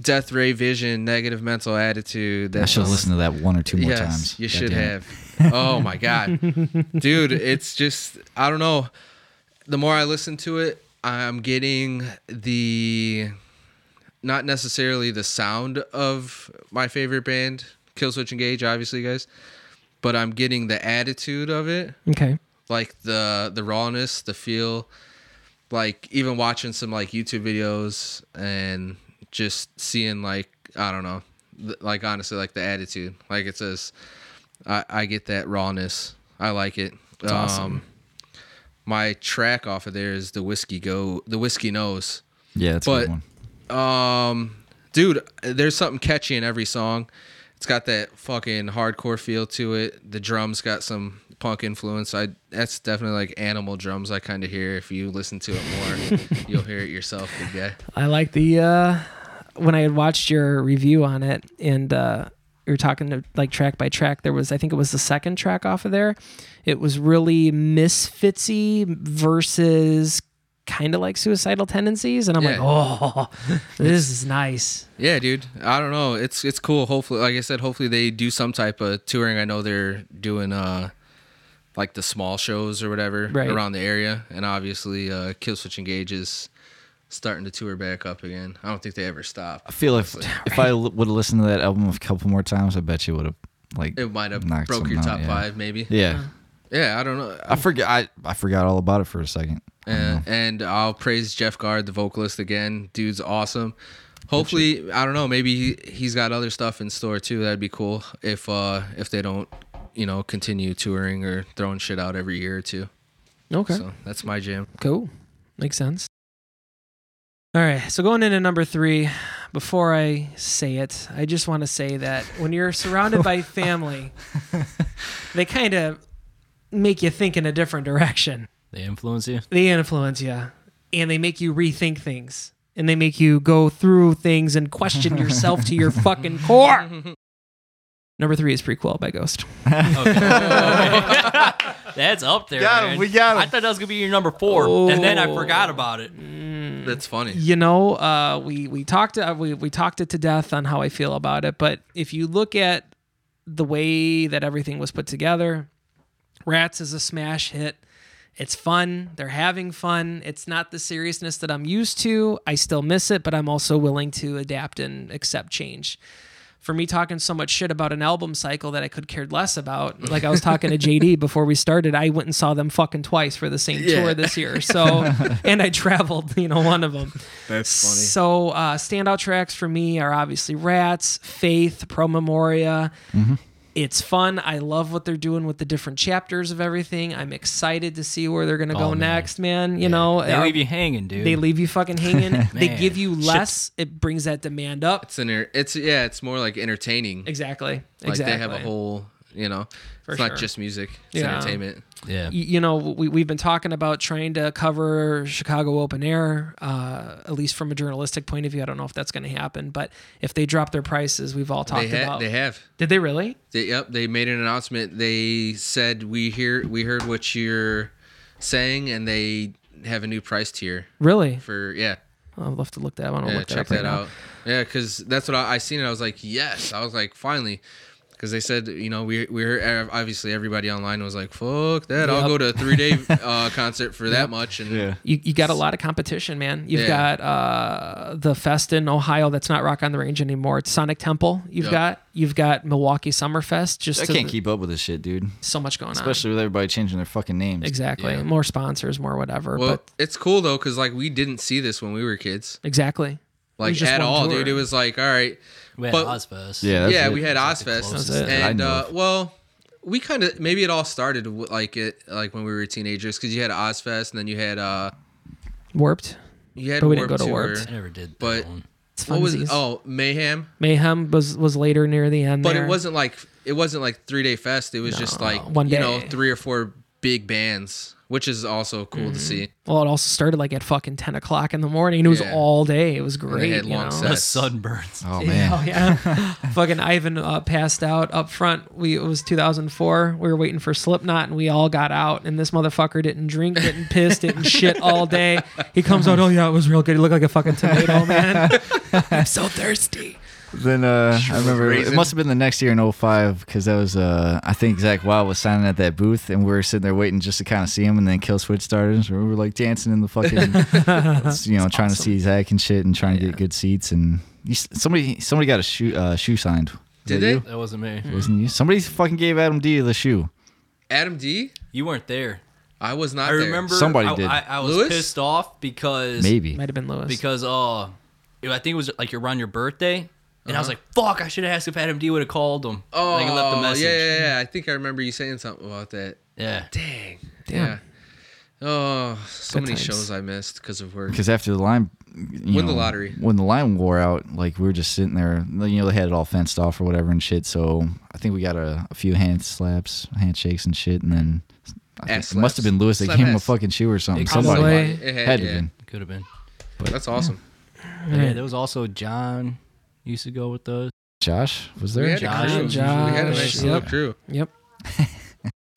Speaker 3: Death Ray Vision, negative mental attitude.
Speaker 1: I should have
Speaker 3: song.
Speaker 1: listened to that one or two more
Speaker 3: yes,
Speaker 1: times.
Speaker 3: You
Speaker 1: God
Speaker 3: should
Speaker 1: damn it.
Speaker 3: have. Oh my god, dude, it's just I don't know. The more I listen to it, I'm getting the not necessarily the sound of my favorite band, Killswitch Engage, obviously, guys, but I'm getting the attitude of it,
Speaker 2: Okay.
Speaker 3: like the the rawness, the feel, like even watching some like YouTube videos and just seeing like I don't know, th- like honestly, like the attitude, like it says, I I get that rawness, I like it. um,
Speaker 2: awesome.
Speaker 3: My track off of there is the whiskey go, the whiskey nose.
Speaker 1: Yeah, that's a
Speaker 3: But
Speaker 1: good one.
Speaker 3: Um, dude, there's something catchy in every song. It's got that fucking hardcore feel to it. The drums got some punk influence. I that's definitely like animal drums. I kind of hear if you listen to it more, you'll hear it yourself. Big guy.
Speaker 2: I like the uh when I had watched your review on it and uh you were talking to like track by track, there was I think it was the second track off of there. It was really misfitsy versus kind of like suicidal tendencies and I'm like,
Speaker 3: Yeah.
Speaker 2: "Oh, this is nice."
Speaker 3: Yeah, dude. I don't know. It's it's cool. Hopefully, like I said, hopefully they do some type of touring. I know they're doing uh like the small shows or whatever
Speaker 2: Right.
Speaker 3: around the area, and obviously uh, Killswitch Engage is starting to tour back up again. I don't think they ever stop.
Speaker 1: I feel if if I l- would have listened to that album a couple more times, I bet you would have like
Speaker 3: It might have
Speaker 1: knocked
Speaker 3: broke
Speaker 1: something
Speaker 3: your
Speaker 1: out,
Speaker 3: top
Speaker 1: yeah.
Speaker 3: five, maybe.
Speaker 1: Yeah,
Speaker 3: Yeah, I don't know.
Speaker 1: I forgot. I, I forgot all about it for a second.
Speaker 3: Uh, and I'll praise Jeff Gard, the vocalist, again. Dude's awesome. Hopefully, I don't know. Maybe he, he's got other stuff in store too. That'd be cool if uh if they don't, you know, continue touring or throwing shit out every year or two.
Speaker 2: Okay.
Speaker 3: So that's my jam.
Speaker 2: Cool. Makes sense. All right. So going into number three, before I say it, I just want to say that when you're surrounded by family, they kind of make you think in a different direction.
Speaker 4: They influence you.
Speaker 2: They influence you and they make you rethink things and they make you go through things and question yourself to your fucking core. Number three is Prequel by Ghost.
Speaker 4: That's up there.
Speaker 1: Got him,
Speaker 4: man.
Speaker 1: we got him.
Speaker 3: Oh.
Speaker 4: I thought that was gonna be your number four, and then I forgot about it.
Speaker 2: Mm.
Speaker 3: That's funny.
Speaker 2: You know, uh, we we talked uh, we we talked it to death on how I feel about it. But if you look at the way that everything was put together, Rats is a smash hit. It's fun. They're having fun. It's not the seriousness that I'm used to. I still miss it, but I'm also willing to adapt and accept change. For me, talking so much shit about an album cycle that I could care less about, like I was talking to JD before we started, I went and saw them fucking twice for the same tour this year. So, and I traveled, you know, one of them.
Speaker 4: That's
Speaker 2: So uh, standout tracks for me are obviously Rats, Faith, Pro Memoria.
Speaker 4: Mm-hmm.
Speaker 2: It's fun. I love what they're doing with the different chapters of everything. I'm excited to see where they're gonna go
Speaker 5: man.
Speaker 2: next, man. You know,
Speaker 4: Oh, They
Speaker 2: uh,
Speaker 4: leave you hanging, dude.
Speaker 2: they leave you fucking hanging. they
Speaker 4: Man.
Speaker 2: give you less. It brings that demand up.
Speaker 3: It's an er- it's yeah, it's more like entertaining.
Speaker 2: Exactly.
Speaker 3: Like
Speaker 2: exactly.
Speaker 3: they have a whole, you know, it's
Speaker 2: sure.
Speaker 3: not just music. It's
Speaker 2: Yeah.
Speaker 3: entertainment.
Speaker 5: Yeah.
Speaker 2: y- you know, we, we've been talking about trying to cover Chicago open air, uh, at least from a journalistic point of view. I don't know if that's going to happen, but if they drop their prices, we've all talked
Speaker 3: They ha-
Speaker 2: about.
Speaker 3: they have.
Speaker 2: Did they really?
Speaker 3: They, yep, they made an announcement. They said we hear we heard what you're saying, and they have a new price tier
Speaker 2: Really?
Speaker 3: for yeah.
Speaker 2: I'll have to look that one. I'll
Speaker 3: yeah,
Speaker 2: look that
Speaker 3: check
Speaker 2: up right
Speaker 3: that
Speaker 2: now.
Speaker 3: out. Yeah, because that's what I, I seen it. I was like, yes. I was like, finally, because they said you know we we heard, obviously everybody online was like, fuck that. I'll
Speaker 2: Yep.
Speaker 3: go to a three day uh, concert for that much. And
Speaker 1: Yeah.
Speaker 2: You, you got a lot of competition, man. You've
Speaker 3: Yeah.
Speaker 2: got uh, the fest in Ohio that's not Rock on the Range anymore. It's Sonic Temple. You've
Speaker 3: Yep.
Speaker 2: got you've got Milwaukee Summerfest. Just
Speaker 1: I
Speaker 2: to
Speaker 1: can't
Speaker 2: the-
Speaker 1: keep up with this shit, dude.
Speaker 2: so much going
Speaker 1: Especially with everybody changing their fucking names.
Speaker 2: on. Exactly.
Speaker 3: Yeah.
Speaker 2: More sponsors, more whatever.
Speaker 3: well,
Speaker 2: but
Speaker 3: it's cool though, because like we didn't see this when we were kids,
Speaker 2: exactly.
Speaker 3: like
Speaker 2: just
Speaker 3: at
Speaker 2: one
Speaker 3: all,
Speaker 2: tour.
Speaker 3: dude. It was like, all right,
Speaker 5: We had
Speaker 3: But-
Speaker 5: Ozfest.
Speaker 1: Yeah. That's
Speaker 3: yeah,
Speaker 1: it.
Speaker 3: we had
Speaker 5: That's like the
Speaker 3: Ozfest,
Speaker 5: closest
Speaker 2: That's it.
Speaker 1: that I
Speaker 3: and
Speaker 1: know
Speaker 3: uh,
Speaker 1: of.
Speaker 3: well, we kind of maybe it all started with, like it like when we were teenagers because you had Ozfest and then you had uh
Speaker 2: Warped.
Speaker 3: you had
Speaker 2: But we didn't
Speaker 3: Warped
Speaker 2: go to
Speaker 3: Tour.
Speaker 2: Warped.
Speaker 5: I never did.
Speaker 3: But-
Speaker 5: that one.
Speaker 2: It's
Speaker 3: What was
Speaker 2: funsies.
Speaker 3: it? Oh, Mayhem.
Speaker 2: Mayhem was was later near the end.
Speaker 3: But
Speaker 2: there.
Speaker 3: it wasn't like it wasn't like three day fest. It was just
Speaker 2: No,
Speaker 3: like
Speaker 2: one
Speaker 3: you know
Speaker 2: day.
Speaker 3: three or four big bands, which is also cool
Speaker 2: Mm-hmm.
Speaker 3: to see.
Speaker 2: Well, it also started like at fucking ten o'clock in the morning. It was
Speaker 3: Yeah.
Speaker 2: all day. It was great.
Speaker 3: had
Speaker 2: you
Speaker 3: long
Speaker 2: know?
Speaker 3: sets.
Speaker 5: The
Speaker 3: That's-
Speaker 5: sunburns.
Speaker 1: Oh
Speaker 2: Yeah,
Speaker 1: man.
Speaker 2: Oh yeah, fucking Ivan uh, passed out up front. We it was 2004. We were waiting for Slipknot, and we all got out. And this motherfucker didn't drink, didn't piss, didn't shit all day. He comes out, oh yeah, it was real good. He looked like a fucking tomato, man. I'm so thirsty.
Speaker 1: Then uh, I remember
Speaker 3: Raisin.
Speaker 1: it must have been the next year in 05 because that was uh, I think Zach Wild was signing at that booth and we were sitting there waiting just to kind of see him and then Kill Switch started so we were like dancing in the fucking you know trying to see Zach and shit and trying to get good seats and you, somebody somebody got a shoe uh, shoe signed. Was
Speaker 3: Did
Speaker 1: that
Speaker 3: they?
Speaker 1: you?
Speaker 5: That wasn't me.
Speaker 1: Wasn't you? Somebody fucking gave Adam D the shoe.
Speaker 3: Adam D.
Speaker 5: You weren't there.
Speaker 3: I was not.
Speaker 5: I remember
Speaker 1: Somebody
Speaker 5: I,
Speaker 1: did.
Speaker 5: I, I was
Speaker 3: Lewis?
Speaker 5: pissed off because
Speaker 1: Maybe.
Speaker 2: Might have been Lewis.
Speaker 5: because uh, it- I think it was like around your birthday, and I was like, "Fuck! I should have asked if Adam D would have called him."
Speaker 3: There. Uh-huh. Oh,
Speaker 5: like, I left a message.
Speaker 3: Yeah, yeah, yeah. I think I remember you saying something about that.
Speaker 5: Yeah.
Speaker 3: Dang.
Speaker 2: Damn.
Speaker 3: Yeah. Oh, so
Speaker 2: Good
Speaker 3: many
Speaker 2: times.
Speaker 3: shows I missed because of work.
Speaker 1: because after the line you
Speaker 3: Win the
Speaker 1: know,
Speaker 3: lottery.
Speaker 1: when the line wore out like we were just sitting there you know they had it all fenced off or whatever and shit so i think we got a, a few hand slaps handshakes and shit and then I think
Speaker 3: Ass
Speaker 1: it must
Speaker 3: slaps.
Speaker 1: have been lewis that
Speaker 3: Slap
Speaker 1: gave him a
Speaker 3: ass.
Speaker 1: fucking shoe or something
Speaker 5: It
Speaker 1: somebody
Speaker 2: probably-
Speaker 3: It had,
Speaker 1: had to
Speaker 3: yeah.
Speaker 1: been
Speaker 5: Could have been.
Speaker 3: That's awesome.
Speaker 5: Yeah, there was also John used to go with us.
Speaker 1: josh was
Speaker 3: We
Speaker 1: there
Speaker 3: had
Speaker 5: Josh?
Speaker 3: a crew. we had a nice
Speaker 2: Josh,
Speaker 3: little
Speaker 2: yep.
Speaker 3: crew.
Speaker 2: yep,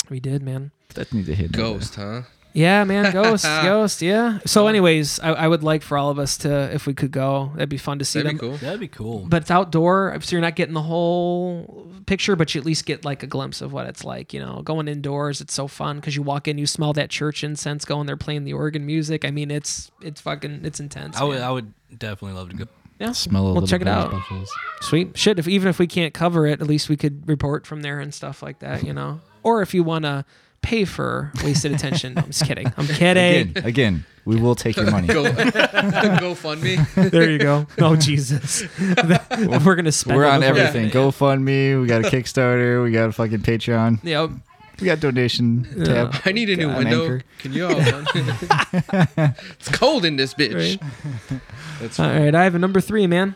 Speaker 2: we did, man.
Speaker 1: that need to hit
Speaker 3: Ghost, huh?
Speaker 2: Yeah, man, Ghost, Ghost, yeah. So, anyways, I, I would like for all of us to, if we could go, that'd be fun to see
Speaker 3: That'd
Speaker 2: them.
Speaker 3: be cool.
Speaker 5: That'd be cool.
Speaker 2: but it's outdoor so you're not getting the whole picture but you at least get like a glimpse of what it's like you know going indoors it's so fun because you walk in you smell that church incense going they're playing the organ music i mean it's it's fucking it's intense
Speaker 5: I
Speaker 3: Oh,
Speaker 5: would.
Speaker 2: man.
Speaker 5: I would definitely love to go.
Speaker 2: yeah
Speaker 1: smell a
Speaker 2: Well,
Speaker 1: little
Speaker 2: check it
Speaker 1: bit
Speaker 2: out. sweet shit if even if we can't cover it at least we could report from there and stuff like that you know or if you want to pay for wasted attention no, i'm just kidding i'm kidding
Speaker 1: again, again we will take your money
Speaker 3: Go, GoFundMe.
Speaker 2: there you go oh jesus we're gonna spend
Speaker 1: we're
Speaker 2: it
Speaker 1: on
Speaker 2: before-
Speaker 1: everything gofundme we got a kickstarter we got a fucking patreon
Speaker 2: yep
Speaker 1: we got donation tab
Speaker 3: I need a new
Speaker 1: Got an
Speaker 3: window.
Speaker 1: anchor.
Speaker 3: Can you all? it's cold in this bitch.
Speaker 2: Right.
Speaker 3: That's
Speaker 2: all right i have a number three man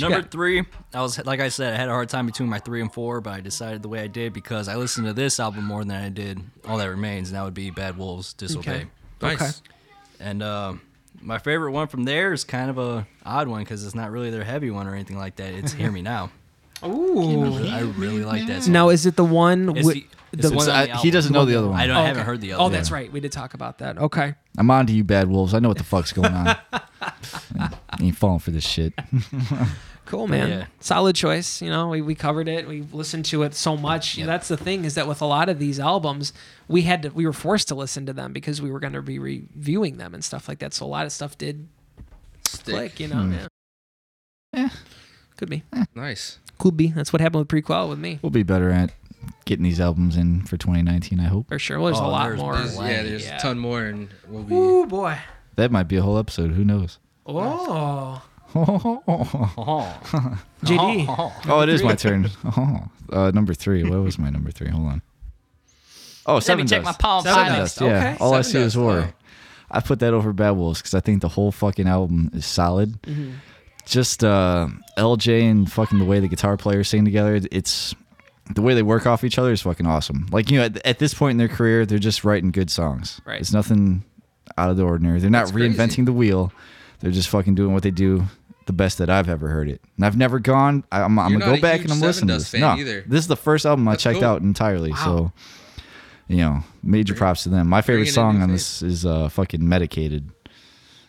Speaker 5: Number
Speaker 2: got?
Speaker 5: three, I was like I said, I had a hard time between my three and four, but I decided the way I did because I listened to this album more than I did All That Remains, and that would be Bad Wolves Disobey.
Speaker 2: Okay.
Speaker 3: nice.
Speaker 2: Okay.
Speaker 5: And uh, my favorite one from there is kind of a odd one because it's not really their heavy one or anything like that. It's Hear Me Now. I
Speaker 2: Ooh.
Speaker 5: really, I really like that song.
Speaker 2: Now, is it the one
Speaker 5: It's
Speaker 2: with
Speaker 5: the, it's the
Speaker 1: It's-
Speaker 5: one on
Speaker 1: I-
Speaker 5: the
Speaker 1: he
Speaker 5: album.
Speaker 1: doesn't know the other one.
Speaker 5: I, don't,
Speaker 2: Oh,
Speaker 5: I haven't
Speaker 2: okay.
Speaker 5: heard the other
Speaker 2: Oh,
Speaker 5: one.
Speaker 2: that's right. We did talk about that. Okay.
Speaker 1: i'm on to you bad wolves i know what the fuck's going on Ain't falling for this shit.
Speaker 2: Cool, man.
Speaker 4: yeah.
Speaker 2: Solid choice. You know, we, we covered it. We listened to it so much. That's the thing is that with a lot of these albums, we had to, we were forced to listen to them because we were going to be reviewing them and stuff like that. So a lot of stuff did
Speaker 3: Stick.
Speaker 2: click, you know.
Speaker 1: Hmm.
Speaker 2: Yeah.
Speaker 1: Yeah.
Speaker 2: Could be.
Speaker 3: Nice.
Speaker 2: Could be. That's what happened with prequel with me.
Speaker 1: We'll be better at getting these albums in for 2019. I hope
Speaker 2: For sure. Well, there's a
Speaker 4: Oh,
Speaker 2: lot
Speaker 4: there's-
Speaker 2: more.
Speaker 3: There's- yeah, there's
Speaker 2: Yeah.
Speaker 3: a ton more, and we'll be.
Speaker 2: Ooh boy.
Speaker 1: that might be a whole episode. Who knows?
Speaker 2: Oh.
Speaker 1: oh,
Speaker 5: Uh-huh.
Speaker 2: JD.
Speaker 1: it is my turn. Oh, uh, number three. What was my number three? Hold on. Oh, seven
Speaker 5: check
Speaker 1: dust.
Speaker 5: my palm
Speaker 1: Seven
Speaker 5: pilots.
Speaker 1: dust. Yeah.
Speaker 2: Okay.
Speaker 1: All I
Speaker 3: Seven
Speaker 1: see is
Speaker 3: Dust,
Speaker 1: horror.
Speaker 3: wow.
Speaker 1: I put that over Bad Wolves because I think the whole fucking album is solid. Just uh, LJ and fucking the way the guitar players sing together, it's the way they work off each other is fucking awesome. Like you know, at, at this point in their career, they're just writing good songs.
Speaker 2: Right.
Speaker 1: It's nothing out of the ordinary. They're not
Speaker 3: That's crazy.
Speaker 1: reinventing the wheel. They're just fucking doing what they do the best that I've ever heard it. And I've never gone. I, I'm, I'm
Speaker 3: You're
Speaker 1: gonna
Speaker 3: not
Speaker 1: go
Speaker 3: a
Speaker 1: back
Speaker 3: huge
Speaker 1: and I'm listening
Speaker 3: Seven
Speaker 1: to this.
Speaker 3: Dust fan
Speaker 1: no,
Speaker 3: either.
Speaker 1: this is the first album
Speaker 3: That's
Speaker 1: I checked
Speaker 3: cool.
Speaker 1: out entirely. So, you know, major props to them. My favorite
Speaker 3: bringing in new
Speaker 1: song on
Speaker 3: faces.
Speaker 1: this is uh, fucking medicated.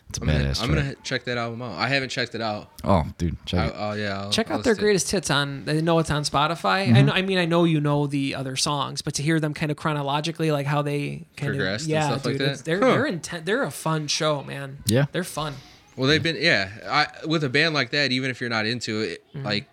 Speaker 1: It's a
Speaker 3: I'm gonna,
Speaker 1: badass
Speaker 3: I'm
Speaker 1: track.
Speaker 3: gonna check that album out. I haven't checked it out.
Speaker 1: Oh, dude,
Speaker 3: I,
Speaker 1: check it.
Speaker 3: oh yeah. I'll,
Speaker 2: Check
Speaker 3: I'll
Speaker 2: out their
Speaker 3: listen.
Speaker 2: greatest hits on. I know it's on Spotify.
Speaker 3: Mm-hmm.
Speaker 2: I know. I mean, I know you know the other songs, but to hear them kind of chronologically, like how they kind
Speaker 3: Progressed
Speaker 2: of
Speaker 3: and
Speaker 2: yeah,
Speaker 3: stuff like
Speaker 2: dude,
Speaker 3: that?
Speaker 2: it's- they're
Speaker 3: Huh.
Speaker 2: they're intent. They're a fun show, man.
Speaker 1: Yeah.
Speaker 2: they're fun.
Speaker 3: Well, they've been yeah. I with a band like that, even if you're not into it,
Speaker 2: Mm-hmm.
Speaker 3: like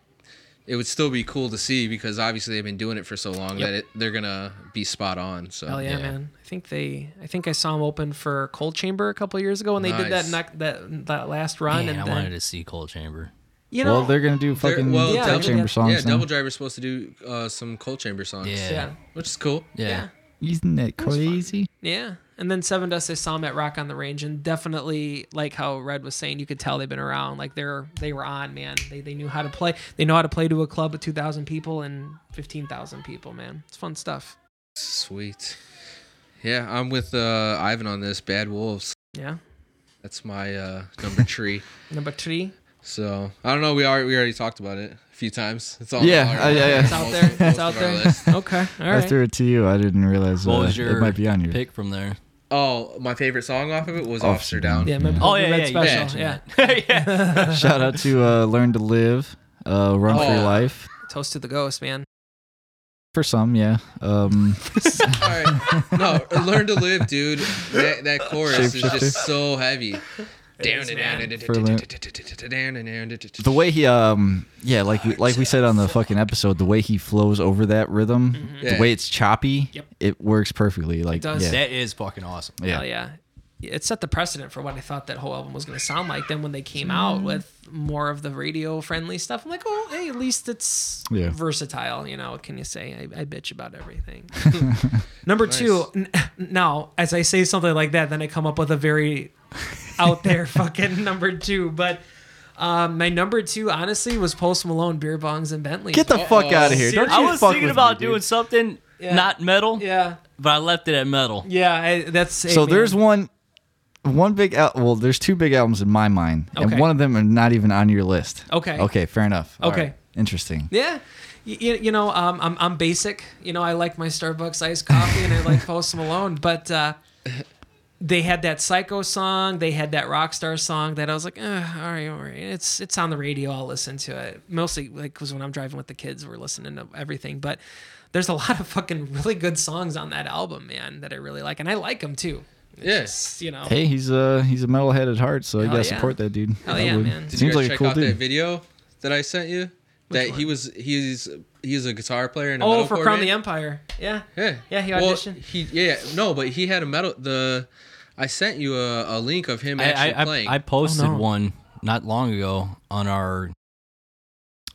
Speaker 3: it would still be cool to see because obviously they've been doing it for so long that it, they're gonna be spot on. So
Speaker 2: Hell yeah, man. I think they. I think I saw them open for Cold Chamber a couple years ago when they did that
Speaker 3: Nice.
Speaker 2: nec- that that last run,
Speaker 5: Man, I
Speaker 2: and
Speaker 5: wanted
Speaker 2: then,
Speaker 5: to see Cold Chamber.
Speaker 2: you know,
Speaker 1: well, they're gonna do
Speaker 3: They're-
Speaker 1: fucking
Speaker 3: well,
Speaker 2: Yeah,
Speaker 1: Cold
Speaker 2: they
Speaker 1: chamber
Speaker 2: did.
Speaker 1: songs.
Speaker 3: yeah,
Speaker 1: now.
Speaker 3: Double Driver's supposed to do uh, some Cold Chamber songs.
Speaker 5: Yeah.
Speaker 2: yeah,
Speaker 3: which is cool.
Speaker 5: Yeah.
Speaker 2: Yeah.
Speaker 1: Isn't that crazy?
Speaker 2: yeah. And then Seven Dust, I saw them at Rock on the Range, and definitely like how Red was saying, you could tell they've been around. Like they're they were on, man. They they knew how to play. They know how to play to a club of two thousand people and fifteen thousand people, man. It's fun stuff.
Speaker 3: Sweet. Yeah, I'm with uh, Ivan on this. Bad Wolves.
Speaker 2: Yeah.
Speaker 3: That's my uh, number three.
Speaker 2: Number three,
Speaker 3: So I don't know. We already we already talked about it a few times. It's all
Speaker 1: Yeah,
Speaker 3: all
Speaker 1: uh, yeah, yeah.
Speaker 2: it's out there.
Speaker 3: most
Speaker 2: It's
Speaker 3: of
Speaker 2: out
Speaker 3: our
Speaker 2: there.
Speaker 3: list.
Speaker 2: Okay, all
Speaker 1: I
Speaker 2: right.
Speaker 1: threw it to you. I didn't realize
Speaker 5: What
Speaker 1: uh,
Speaker 5: was your
Speaker 1: it might be on your.
Speaker 5: Pick from there.
Speaker 3: Oh, my favorite song off of it was Officer
Speaker 1: Officer
Speaker 3: Down.
Speaker 2: Yeah, remember
Speaker 5: Oh,
Speaker 2: the
Speaker 5: yeah,
Speaker 2: Red
Speaker 5: yeah, you
Speaker 2: special.
Speaker 5: mentioned
Speaker 2: Yeah,
Speaker 1: Shout out to uh, Learn to Live, uh, Run for Your
Speaker 3: Oh.
Speaker 1: Life.
Speaker 2: toast to the ghost, man.
Speaker 1: For some, yeah. Um,
Speaker 3: All right. No, learn to live, dude. That, that chorus is
Speaker 1: Shapeshifter.
Speaker 3: just so heavy. Down and down and
Speaker 1: For
Speaker 3: down
Speaker 1: Lin-
Speaker 3: and down and down.
Speaker 1: the way he, um, yeah, like we, like we said on the fucking episode, the way he flows over that rhythm,
Speaker 3: Yeah.
Speaker 1: the way it's choppy,
Speaker 2: Mm-hmm. Yep.
Speaker 1: it works perfectly. Like,
Speaker 2: does.
Speaker 1: yeah,
Speaker 5: That is fucking awesome.
Speaker 1: yeah.
Speaker 2: Hell yeah. It set the precedent for what I thought that whole album was going to sound like. Then when they
Speaker 1: Mm-hmm.
Speaker 2: came out with more of the radio friendly stuff, I'm like, oh, hey, at least it's
Speaker 1: Yeah.
Speaker 2: versatile. You know, what can you say? I, I bitch about everything. Number two, n- now, as I say something like that, then I come up with a very out there fucking number two. But um, my number two, honestly, was Post Malone, Beer Bongs, and Bentley.
Speaker 1: Get the fuck out of here! Don't you
Speaker 5: I was
Speaker 1: fuck
Speaker 5: thinking
Speaker 1: with
Speaker 5: about
Speaker 1: me, dude.
Speaker 5: doing something not metal,
Speaker 2: Yeah.
Speaker 5: but I left it at metal.
Speaker 2: Yeah. I, that's. hey,
Speaker 1: So
Speaker 2: man.
Speaker 1: there's one, one big al- well, there's two big albums in my mind,
Speaker 2: Okay.
Speaker 1: and one of them are not even on your list.
Speaker 2: Okay.
Speaker 1: Okay, fair enough. All
Speaker 2: Okay.
Speaker 1: right. Interesting.
Speaker 2: Yeah. You, you know, um, I'm, I'm basic. You know, I like my Starbucks iced coffee and I like Post Malone, but uh, they had that Psycho song. They had that Rockstar song that I was like, eh, all right, all right. It's, it's on the radio. I'll listen to it. Mostly like because when I'm driving with the kids, we're listening to everything. But there's a lot of fucking really good songs on that album, man, that I really like. And I like them too.
Speaker 3: Yes.
Speaker 2: You know,
Speaker 1: Hey, he's uh he's a metalhead at heart, so you
Speaker 2: Hell
Speaker 1: gotta
Speaker 2: yeah.
Speaker 1: support that dude.
Speaker 2: Hell
Speaker 1: I
Speaker 2: yeah,
Speaker 1: would.
Speaker 2: man. Did
Speaker 3: Did you
Speaker 1: Seems
Speaker 3: guys
Speaker 1: like a
Speaker 3: check
Speaker 1: cool
Speaker 3: out that
Speaker 1: dude.
Speaker 3: video that I sent you? that he
Speaker 2: one?
Speaker 3: was he's he's a guitar player in a
Speaker 2: oh,
Speaker 3: metalcore
Speaker 2: for Crown the
Speaker 3: band?
Speaker 2: Empire. Yeah.
Speaker 3: Yeah.
Speaker 2: Yeah, he
Speaker 3: Well,
Speaker 2: auditioned.
Speaker 3: he yeah no, but he had a metal the. I sent you a, a link of him
Speaker 5: I,
Speaker 3: actually
Speaker 5: I, I,
Speaker 3: playing.
Speaker 5: I posted
Speaker 2: Oh, no.
Speaker 5: one not long ago on our,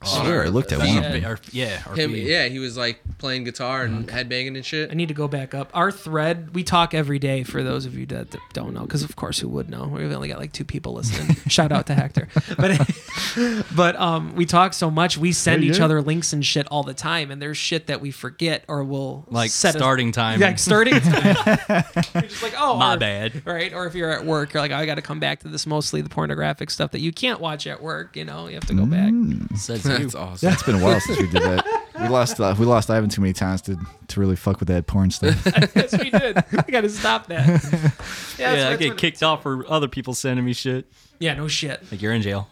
Speaker 5: uh,
Speaker 1: Swear, I looked at
Speaker 5: our-
Speaker 1: one. of them.
Speaker 5: our- yeah, our
Speaker 3: him,
Speaker 5: feed.
Speaker 3: yeah, he was like playing guitar and headbanging and shit.
Speaker 2: I need to go back up. Our thread, we talk every day for those of you that that don't know, because of course who would know? We've only got like two people listening. Shout out to Hector. But but um, we talk so much, we send
Speaker 1: Yeah,
Speaker 2: each
Speaker 1: yeah.
Speaker 2: other links and shit all the time, and there's shit that we forget or will
Speaker 5: like
Speaker 2: set
Speaker 5: starting
Speaker 2: Us,
Speaker 5: time.
Speaker 2: like starting. time. You're just like, oh,
Speaker 5: My
Speaker 2: or-
Speaker 5: bad.
Speaker 2: Right, or if you're at work, you're like, oh, I got to come back to this. Mostly the pornographic stuff that you can't watch at work. You know, you have to go back.
Speaker 5: Says you.
Speaker 3: That's awesome.
Speaker 1: It's been a while since we did that. We lost. Uh, we lost Ivan too many times to to really fuck with that porn stuff.
Speaker 2: yes, we did. We got to stop that. Yeah, that's
Speaker 5: yeah, I
Speaker 2: that's
Speaker 5: get
Speaker 2: what-
Speaker 5: kicked off for other people sending me shit.
Speaker 2: Yeah, no shit.
Speaker 5: Like you're in jail.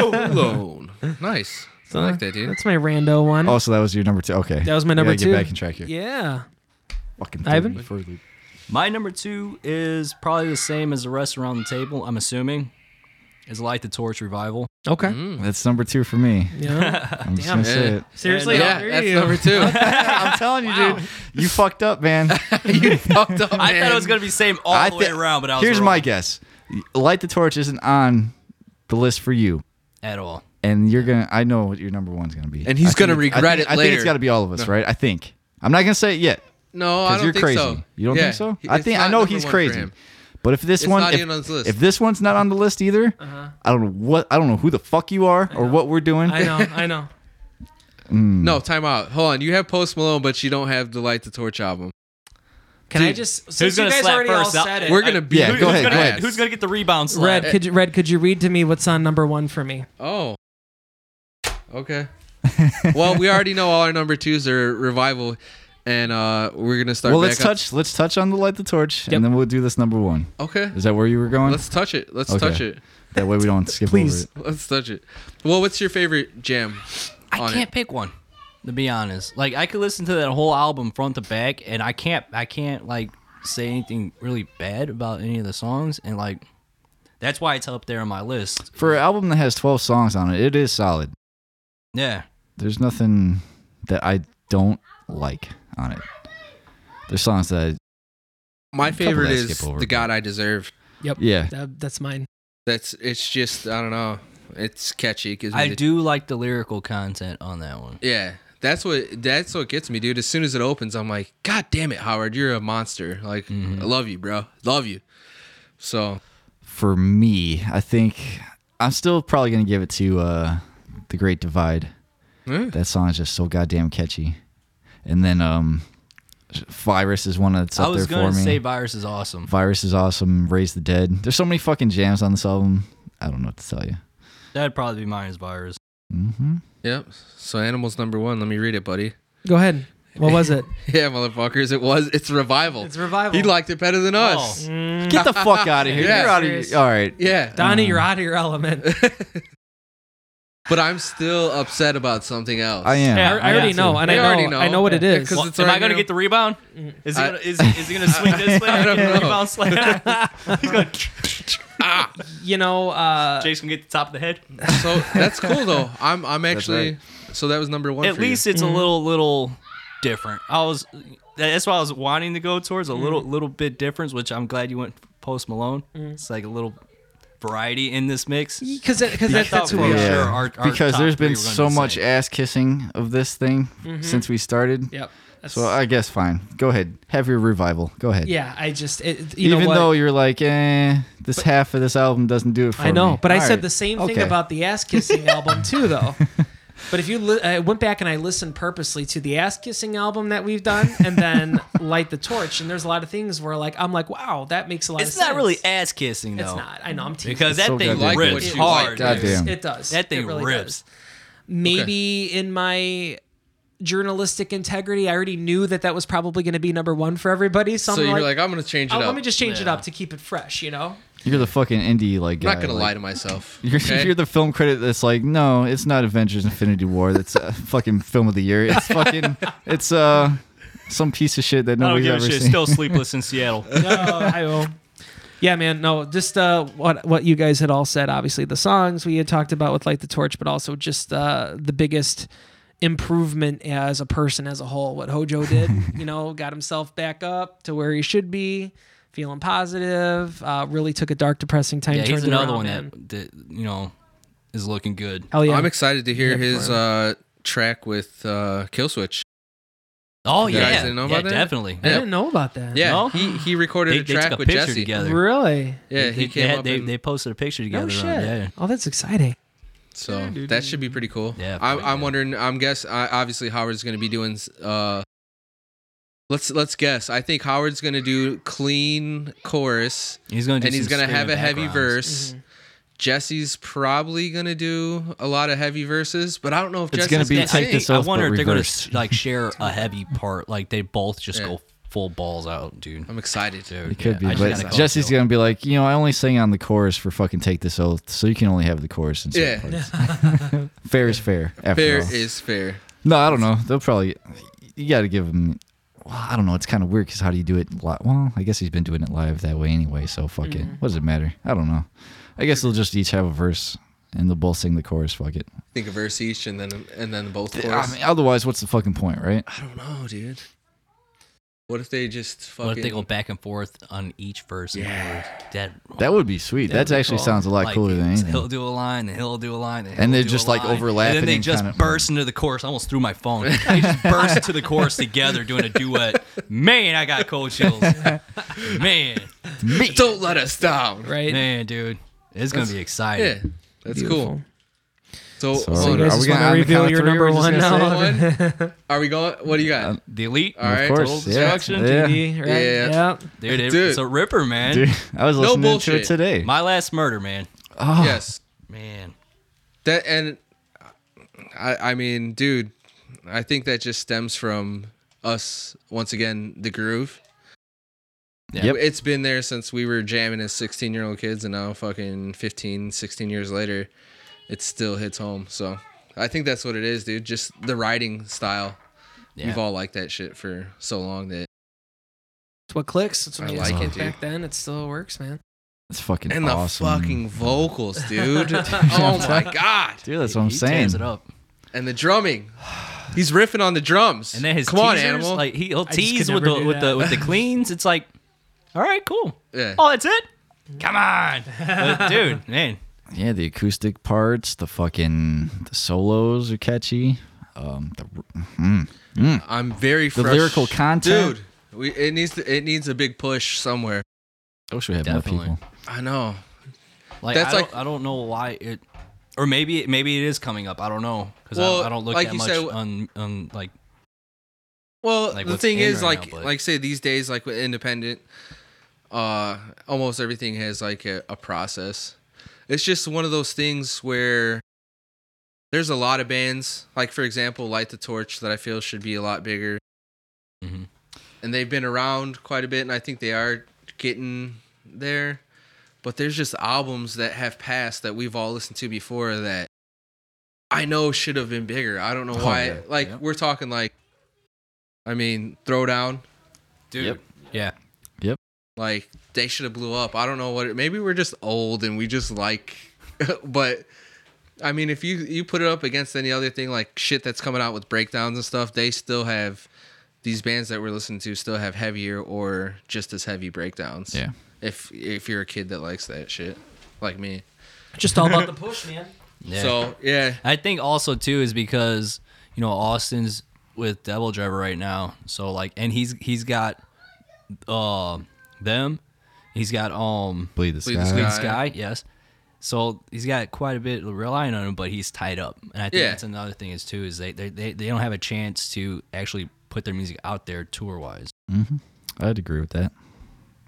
Speaker 3: Alone. Nice. I like that, dude.
Speaker 2: That's my rando one.
Speaker 1: oh, so that was your number two. Okay,
Speaker 2: That was my
Speaker 1: We
Speaker 2: number
Speaker 1: gotta
Speaker 2: two.
Speaker 1: Get back in track here.
Speaker 2: Yeah.
Speaker 1: Fucking
Speaker 2: Ivan?
Speaker 1: threw me for a loop.
Speaker 5: My number two is probably the same as the rest around the table. I'm assuming is Light the Torch revival.
Speaker 2: Okay.
Speaker 1: That's number two for me.
Speaker 2: Mm. Yeah.
Speaker 1: I'm just
Speaker 2: Ah, Damn.
Speaker 1: gonna say
Speaker 3: Yeah.
Speaker 1: it.
Speaker 2: Seriously,
Speaker 3: yeah,
Speaker 2: how dare
Speaker 3: that's
Speaker 2: you?
Speaker 3: number two.
Speaker 1: I'm telling you, dude. You fucked up, man.
Speaker 3: you fucked up, man.
Speaker 5: I thought it was gonna be same all
Speaker 1: I
Speaker 5: the
Speaker 1: thi-
Speaker 5: way around, but I was
Speaker 1: Here's
Speaker 5: wrong
Speaker 1: my guess: Light the Torch isn't on the list for you,
Speaker 5: at all.
Speaker 1: and you're gonna. I know what your number one's gonna be,
Speaker 3: And he's
Speaker 1: I think
Speaker 3: gonna
Speaker 1: it's- I
Speaker 3: regret
Speaker 1: think-
Speaker 3: it
Speaker 1: I think it's
Speaker 3: later.
Speaker 1: got to be all of us, right? I think. I'm not gonna say it yet
Speaker 3: No, I
Speaker 1: because
Speaker 3: don't
Speaker 1: you're
Speaker 3: think
Speaker 1: crazy.
Speaker 3: so.
Speaker 1: You don't
Speaker 3: Yeah,
Speaker 1: think so?
Speaker 3: he-
Speaker 1: I
Speaker 3: it's
Speaker 1: think I
Speaker 3: not
Speaker 1: know
Speaker 3: number
Speaker 1: he's
Speaker 3: one for
Speaker 1: crazy,
Speaker 3: him.
Speaker 1: but if this
Speaker 3: It's
Speaker 1: one,
Speaker 3: not
Speaker 1: if,
Speaker 3: even on his list.
Speaker 1: if mm. this one's not on the list either,
Speaker 3: Uh-huh.
Speaker 1: I don't know what I don't know who the fuck you are or what we're doing.
Speaker 2: I know. I know.
Speaker 3: No, time out. Hold on. You have Post Malone, but you don't have the Light the Torch album.
Speaker 2: Can I just? Since you
Speaker 5: gonna
Speaker 2: guys
Speaker 5: slap
Speaker 2: already
Speaker 5: first?
Speaker 2: all
Speaker 5: I'll-
Speaker 2: said it.
Speaker 3: We're gonna beat.
Speaker 1: Yeah,
Speaker 3: your
Speaker 1: go ahead,
Speaker 5: Who's
Speaker 1: go
Speaker 5: gonna,
Speaker 1: ahead.
Speaker 3: ass.
Speaker 5: who's gonna get the rebound slap?
Speaker 2: Red, could you, Red, could you read to me what's on number one for me?
Speaker 3: Oh. Okay. well, we already know all our number twos are revival, and uh, we're gonna start.
Speaker 1: well,
Speaker 3: back
Speaker 1: let's
Speaker 3: up-
Speaker 1: touch let's touch on the light the torch,
Speaker 2: Yep.
Speaker 1: and then we'll do this number one.
Speaker 3: Okay.
Speaker 1: Is that where you were going?
Speaker 3: Let's touch it. Let's
Speaker 1: Okay.
Speaker 3: touch it.
Speaker 1: that way we don't skip
Speaker 2: Please.
Speaker 1: over
Speaker 3: Let's touch it. Well, what's your favorite jam?
Speaker 5: I
Speaker 3: on it.
Speaker 5: can't pick one. To be honest, like I could listen to that whole album front to back, and I can't, I can't like say anything really bad about any of the songs, and like that's why it's up there on my list.
Speaker 1: it. For an album that has 12 songs on it, it is solid.
Speaker 5: Yeah,
Speaker 1: There's nothing that I don't like on it. There's songs that I,
Speaker 3: My
Speaker 1: A couple
Speaker 3: favorite
Speaker 1: that I
Speaker 3: is
Speaker 1: skip over,
Speaker 3: the God I Deserve.
Speaker 2: Yep.
Speaker 1: yeah.
Speaker 2: That, that's mine.
Speaker 3: That's it's just I don't know. It's catchy because
Speaker 5: I do like the lyrical content on that one.
Speaker 3: Yeah, that's what that's what gets me, dude. As soon as it opens, I'm like, God damn it, Howard, you're a monster. Like,
Speaker 2: Mm-hmm.
Speaker 3: I love you, bro. Love you. So
Speaker 1: For me, I think I'm still probably going to give it to uh, The Great Divide.
Speaker 3: Hmm.
Speaker 1: That song is just so goddamn catchy. And then um, Virus is one that's
Speaker 5: I
Speaker 1: up
Speaker 5: was
Speaker 1: there for
Speaker 5: gonna
Speaker 1: me.
Speaker 5: say Virus is awesome.
Speaker 1: Virus is awesome. Raise the Dead. There's so many fucking jams on this album. I don't know what to tell you.
Speaker 5: That'd probably be mine as Virus.
Speaker 1: hmm
Speaker 3: yep. So animals number one. Let me read it, buddy.
Speaker 2: Go ahead. What was it?
Speaker 3: Yeah, motherfuckers. It was. It's revival.
Speaker 2: It's revival. Oh.
Speaker 3: He liked it better than us.
Speaker 1: Get the fuck out of here.
Speaker 3: Yeah.
Speaker 1: You're out of
Speaker 2: Serious.
Speaker 1: here. All right.
Speaker 3: Yeah.
Speaker 2: Mm. Donnie, you're out of your element.
Speaker 3: But I'm still upset about something else.
Speaker 1: I am.
Speaker 5: Yeah.
Speaker 2: I, I already
Speaker 5: Yeah.
Speaker 2: know, and
Speaker 3: We
Speaker 2: I know,
Speaker 3: already know.
Speaker 2: I know what it
Speaker 3: Yeah,
Speaker 2: is.
Speaker 3: 'cause
Speaker 5: Well,
Speaker 3: it's
Speaker 5: am I
Speaker 3: already
Speaker 5: gonna
Speaker 3: on-
Speaker 5: get the rebound? Is he
Speaker 3: I-
Speaker 5: gonna is, is he gonna swing this way?
Speaker 3: I don't
Speaker 5: Get the
Speaker 3: know.
Speaker 5: Rebound slap. He's gonna
Speaker 2: you know, uh,
Speaker 5: Jake's gonna get the top of the head.
Speaker 3: So that's cool though. I'm I'm actually. So that was number one.
Speaker 5: at
Speaker 3: for you. Mm-hmm.
Speaker 5: least it's a little little different. I was that's what I was wanting to go towards a
Speaker 3: Mm-hmm.
Speaker 5: little little bit different, which I'm glad you went Post Malone.
Speaker 3: Mm-hmm.
Speaker 5: It's like a little variety in this mix.
Speaker 2: because because that, that's who
Speaker 5: for
Speaker 2: we
Speaker 5: sure
Speaker 2: are.
Speaker 5: our- our
Speaker 1: because
Speaker 5: top
Speaker 1: there's
Speaker 5: three
Speaker 1: been
Speaker 5: were gonna
Speaker 1: so
Speaker 5: be the
Speaker 1: much
Speaker 5: same.
Speaker 1: ass kissing of this thing
Speaker 2: Mm-hmm.
Speaker 1: since we started.
Speaker 2: Yep. That's-
Speaker 1: So I guess fine. Go ahead. Have your revival. Go ahead.
Speaker 2: yeah, I just it, you
Speaker 1: Even
Speaker 2: know what?
Speaker 1: though you're like, eh, this half of this album doesn't do it for me.
Speaker 2: I know, but I
Speaker 1: All
Speaker 2: said
Speaker 1: right.
Speaker 2: the same thing
Speaker 1: Okay.
Speaker 2: about the ass kissing album too, though. But if you, li- I went back and I listened purposely to the ass kissing album that we've done, and then light the torch, and there's a lot of things where like I'm like, wow, that makes a lot.
Speaker 5: It's
Speaker 2: of
Speaker 5: not
Speaker 2: sense.
Speaker 5: really ass kissing though.
Speaker 2: It's not. I know. I'm teasing.
Speaker 5: Because
Speaker 1: so
Speaker 5: that thing
Speaker 1: goddamn Like what
Speaker 5: rips
Speaker 3: you
Speaker 5: hard.
Speaker 3: like,
Speaker 1: God
Speaker 2: It's-
Speaker 1: damn.
Speaker 2: It does.
Speaker 5: That thing
Speaker 2: it really
Speaker 5: rips.
Speaker 2: Does. Maybe in my journalistic integrity, I already knew that that was probably going to be number one for everybody. So,
Speaker 3: So
Speaker 2: I'm
Speaker 3: you're
Speaker 2: like,
Speaker 3: like, I'm gonna change it
Speaker 2: oh,
Speaker 3: up.
Speaker 2: let me just change it up to keep it fresh, you know?
Speaker 1: You're the fucking indie like guy.
Speaker 3: I'm not gonna lie
Speaker 1: like,
Speaker 3: to myself.
Speaker 1: You're,
Speaker 3: okay?
Speaker 1: you're the film critic that's like, no, it's not Avengers: Infinity War. That's a fucking film of the year. It's fucking, it's uh, some piece of shit that
Speaker 5: I don't
Speaker 1: nobody's
Speaker 5: give a
Speaker 1: ever
Speaker 5: shit.
Speaker 1: seen.
Speaker 5: Still sleepless in Seattle.
Speaker 2: No, I will. Yeah, man. No, just uh, what what you guys had all said. Obviously, the songs we had talked about with Light the Torch, but also just uh, the biggest improvement as a person as a whole. What Hojo did, you know, got himself back up to where he should be, feeling positive. Uh, really took a dark, depressing time.
Speaker 5: Yeah, he's
Speaker 2: turned it
Speaker 5: another
Speaker 2: around,
Speaker 5: one
Speaker 2: man.
Speaker 5: that, that you know is looking good.
Speaker 2: Hell yeah!
Speaker 3: I'm excited to hear his uh, track with uh, Killswitch.
Speaker 5: Oh
Speaker 3: You guys
Speaker 5: yeah,
Speaker 3: didn't know
Speaker 5: yeah,
Speaker 3: about that?
Speaker 5: definitely.
Speaker 2: I
Speaker 3: Yeah.
Speaker 2: didn't know about that.
Speaker 3: Yeah,
Speaker 5: No?
Speaker 3: he he recorded
Speaker 5: They,
Speaker 3: a
Speaker 5: they
Speaker 3: track
Speaker 5: took a
Speaker 3: with
Speaker 5: picture
Speaker 3: Jesse.
Speaker 5: together.
Speaker 2: Really?
Speaker 3: Yeah,
Speaker 5: they,
Speaker 3: he
Speaker 5: they
Speaker 3: came
Speaker 5: had-
Speaker 3: up.
Speaker 5: they,
Speaker 3: and-
Speaker 5: they posted a picture together.
Speaker 2: No
Speaker 5: on-
Speaker 2: shit.
Speaker 5: Yeah.
Speaker 2: Oh, that's exciting.
Speaker 3: So that should be pretty cool.
Speaker 5: Yeah,
Speaker 3: I'm,
Speaker 5: pretty
Speaker 3: I'm
Speaker 5: good.
Speaker 3: wondering. I'm guess. I, obviously, Howard's going to be doing. Uh, let's let's guess. I think Howard's going to do clean chorus,
Speaker 5: He's gonna do
Speaker 3: and he's
Speaker 5: some
Speaker 3: going to have a
Speaker 5: screaming
Speaker 3: heavy
Speaker 1: Mm-hmm.
Speaker 5: backgrounds.
Speaker 3: verse, Jesse's probably gonna do a lot of heavy verses, but I don't know if
Speaker 1: It's
Speaker 3: Jesse's
Speaker 1: gonna be
Speaker 3: gonna
Speaker 1: take
Speaker 3: sing.
Speaker 1: this
Speaker 5: I
Speaker 1: oath,
Speaker 5: wonder
Speaker 1: but
Speaker 5: if they're gonna
Speaker 1: reversed.
Speaker 5: like share a heavy part. Like they both just
Speaker 3: Yeah.
Speaker 5: go full balls out, dude.
Speaker 3: I'm excited, dude.
Speaker 1: It could
Speaker 5: Yeah, I
Speaker 1: be,
Speaker 5: just gotta
Speaker 1: but
Speaker 5: call
Speaker 1: Jesse's
Speaker 5: Joe.
Speaker 1: gonna be like, you know, I only sing on the chorus for fucking take this oath, so you can only have the chorus. In
Speaker 3: Yeah.
Speaker 1: certain parts.
Speaker 2: Mm-hmm.
Speaker 1: fair is fair. After
Speaker 3: Fair
Speaker 1: all.
Speaker 3: is fair.
Speaker 1: No, I don't know. They'll probably. You got to give him. Well, I don't know. It's kind of weird because how do you do it? Li- well, I guess he's been doing it live that way anyway. So fuck it. What does it matter? I don't know. I guess they'll just each have a verse and they'll both sing the chorus. Fuck it.
Speaker 3: Think a verse each, and then and then both.
Speaker 1: I
Speaker 3: chorus.
Speaker 1: mean, otherwise, what's the fucking point, right?
Speaker 3: I don't know, dude. What if they just fucking?
Speaker 5: What if they go back and forth on each verse? and
Speaker 3: Yeah.
Speaker 5: chorus? That
Speaker 1: That would be sweet.
Speaker 2: That'd
Speaker 1: That
Speaker 2: be
Speaker 1: actually
Speaker 2: cool.
Speaker 1: sounds a lot
Speaker 5: Like,
Speaker 1: cooler than
Speaker 5: He'll
Speaker 1: anything.
Speaker 5: do a line, and he'll do a line,
Speaker 1: And
Speaker 5: he'll
Speaker 1: they're
Speaker 5: do
Speaker 1: just,
Speaker 5: a
Speaker 1: like,
Speaker 5: line,
Speaker 1: overlapping
Speaker 5: And then they
Speaker 1: and
Speaker 5: just
Speaker 1: kinda-
Speaker 5: burst into the chorus. I almost threw my phone. they just burst into the chorus together doing a duet. Man, I got cold chills. Man,
Speaker 1: Me.
Speaker 3: Don't let us down.
Speaker 2: right?
Speaker 5: man, dude, it's gonna be
Speaker 3: Yeah,
Speaker 5: exciting.
Speaker 3: that's
Speaker 2: Beautiful.
Speaker 3: cool. So,
Speaker 1: So
Speaker 3: hold
Speaker 1: you
Speaker 3: on,
Speaker 1: guys
Speaker 3: are,
Speaker 1: are
Speaker 3: we
Speaker 1: we gonna- on
Speaker 2: want to
Speaker 1: the count
Speaker 2: reveal
Speaker 1: of
Speaker 2: your
Speaker 1: three, we're
Speaker 2: number
Speaker 1: just
Speaker 2: one
Speaker 1: gonna say
Speaker 2: now?
Speaker 3: going? are we going? What do you got?
Speaker 5: The elite,
Speaker 3: All right.
Speaker 1: of course,
Speaker 5: Total
Speaker 1: yeah.
Speaker 5: destruction,
Speaker 1: yeah.
Speaker 2: TV, right?
Speaker 3: Yeah.
Speaker 2: Yep.
Speaker 5: dude, it-
Speaker 3: Dude.
Speaker 5: It's a ripper, man.
Speaker 1: Dude, I was listening to
Speaker 3: bullshit.
Speaker 1: it today.
Speaker 5: My last murder, man.
Speaker 1: oh,
Speaker 3: Yes,
Speaker 5: Man,
Speaker 3: that and I. I mean, dude, I think that just stems from us once again the groove.
Speaker 5: Yeah.
Speaker 1: Yep.
Speaker 3: It's been there since we were jamming as 16 year old kids, and now fucking 15, 16 years later, it still hits home. So I think that's what it is, dude. Just the writing style.
Speaker 5: Yeah.
Speaker 3: We've all liked that shit for so long that
Speaker 2: It's what clicks. It's what
Speaker 3: I
Speaker 2: music
Speaker 3: like
Speaker 2: like
Speaker 3: it, dude.
Speaker 2: back then. It still works, man.
Speaker 1: It's fucking
Speaker 3: and the
Speaker 1: awesome.
Speaker 3: fucking vocals, dude. oh my god!
Speaker 1: Dude, that's what I'm
Speaker 5: he tears
Speaker 1: saying.
Speaker 5: it up.
Speaker 3: And the drumming. He's riffing on the drums.
Speaker 5: And then his
Speaker 3: come on,
Speaker 5: teasers,
Speaker 3: animal.
Speaker 5: like he, will
Speaker 2: I just
Speaker 5: tease
Speaker 2: could
Speaker 5: with
Speaker 2: never
Speaker 5: the
Speaker 2: do
Speaker 5: with
Speaker 2: that.
Speaker 5: the with the cleans. It's like, all right, cool.
Speaker 3: yeah.
Speaker 5: Oh, that's it. Come on, But, dude, man.
Speaker 1: Yeah, the acoustic parts, the fucking the solos are catchy. Um, the, mm, mm.
Speaker 3: I'm very
Speaker 1: The
Speaker 3: frus-
Speaker 1: lyrical content?
Speaker 3: dude. We, it needs to, it needs a big push somewhere.
Speaker 1: I wish we had
Speaker 5: Definitely.
Speaker 1: more people.
Speaker 3: I know.
Speaker 5: Like
Speaker 3: That's
Speaker 5: I
Speaker 3: like-
Speaker 5: don't, I don't know why it, or maybe it- maybe it is coming up. I don't know because
Speaker 3: Well,
Speaker 5: I, don't look
Speaker 3: like
Speaker 5: that
Speaker 3: you
Speaker 5: much
Speaker 3: said-
Speaker 5: on on like
Speaker 3: Well,
Speaker 5: Like,
Speaker 3: the
Speaker 5: what's
Speaker 3: thing
Speaker 5: in
Speaker 3: is,
Speaker 5: right
Speaker 3: like,
Speaker 5: now, but-
Speaker 3: like say these days, like with independent, uh, almost everything has like a, a process. It's just one of those things where there's a lot of bands, like for example, Light the Torch, that I feel should be a lot bigger,
Speaker 5: Mhm.
Speaker 3: and they've been around quite a bit, and I think they are getting there. But there's just albums that have passed that we've all listened to before that I know should have been bigger. I don't know
Speaker 1: Oh,
Speaker 3: why.
Speaker 1: yeah,
Speaker 3: Like
Speaker 1: yeah.
Speaker 3: we're talking like I mean, Throwdown,
Speaker 5: dude.
Speaker 1: Yep.
Speaker 5: Yeah,
Speaker 3: like they should have blew up. I don't know what. It, maybe we're just old and we just like, but I mean, if you you put it up against any other thing like shit that's coming out with breakdowns and stuff, they still have these bands that we're listening to still have heavier or just as heavy breakdowns.
Speaker 1: Yeah.
Speaker 3: If if you're a kid that likes that shit, like me.
Speaker 2: Just all about the push, man.
Speaker 5: yeah.
Speaker 3: So yeah,
Speaker 5: I think also too is because you know Austin's with Devil Driver right now, so like, and he's he's got uh them, he's got um
Speaker 1: Bleed the
Speaker 3: Bleed
Speaker 1: sky.
Speaker 3: the Sky.
Speaker 5: Bleed Sky, yes. So he's got quite a bit relying on him, but he's tied up, and I think
Speaker 3: Yeah.
Speaker 5: that's another thing is too is they they, they they don't have a chance to actually put their music out there tour wise.
Speaker 1: Mhm. I'd agree with that.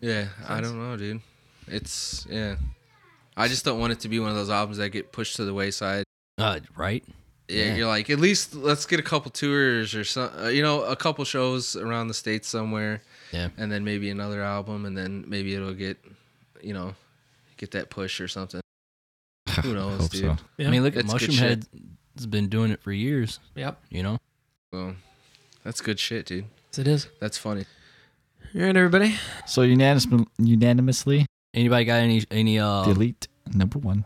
Speaker 3: yeah. I don't know, dude. It's yeah. I just don't want it to be one of those albums that get pushed to the wayside.
Speaker 5: Uh, right?
Speaker 3: yeah,
Speaker 5: Yeah.
Speaker 3: you're like at least let's get a couple tours or some uh, you know a couple shows around the states somewhere
Speaker 5: Yeah.
Speaker 3: and then maybe another album and then maybe it'll get you know get that push or something who
Speaker 1: I
Speaker 3: knows
Speaker 1: hope
Speaker 3: dude
Speaker 1: so.
Speaker 2: Yeah.
Speaker 5: I mean, look at
Speaker 3: That's good
Speaker 5: Mushroom
Speaker 3: shit.
Speaker 5: Head's been doing it for years.
Speaker 2: Yep.
Speaker 5: You know,
Speaker 3: Well, that's good shit dude
Speaker 2: Yes, it is.
Speaker 3: that's funny
Speaker 2: All right, everybody.
Speaker 1: So unanimous, unanimously,
Speaker 5: anybody got any any uh
Speaker 1: delete number one.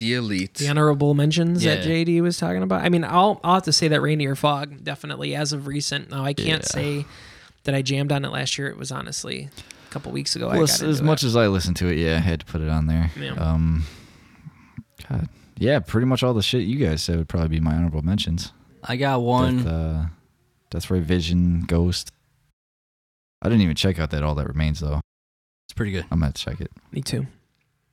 Speaker 3: the elite
Speaker 2: The honorable mentions that
Speaker 5: Yeah.
Speaker 2: JD was talking about. I mean, I'll I'll have to say that Rainier Fog definitely as of recent. Now I can't
Speaker 1: Yeah.
Speaker 2: say that I jammed on it last year. It was honestly a couple weeks ago. I
Speaker 1: Well,
Speaker 2: got
Speaker 1: as, as
Speaker 2: into
Speaker 1: much
Speaker 2: it.
Speaker 1: as I listened to it, yeah, I had to put it on there.
Speaker 2: Yeah.
Speaker 1: Um, God, yeah, pretty much all the shit you guys said would probably be my honorable mentions.
Speaker 5: I got one.
Speaker 1: Death, uh, Death Ray Vision, Ghost. I didn't even check out that All That Remains though. uh,
Speaker 5: It's pretty good.
Speaker 1: I'm gonna check it.
Speaker 2: me too.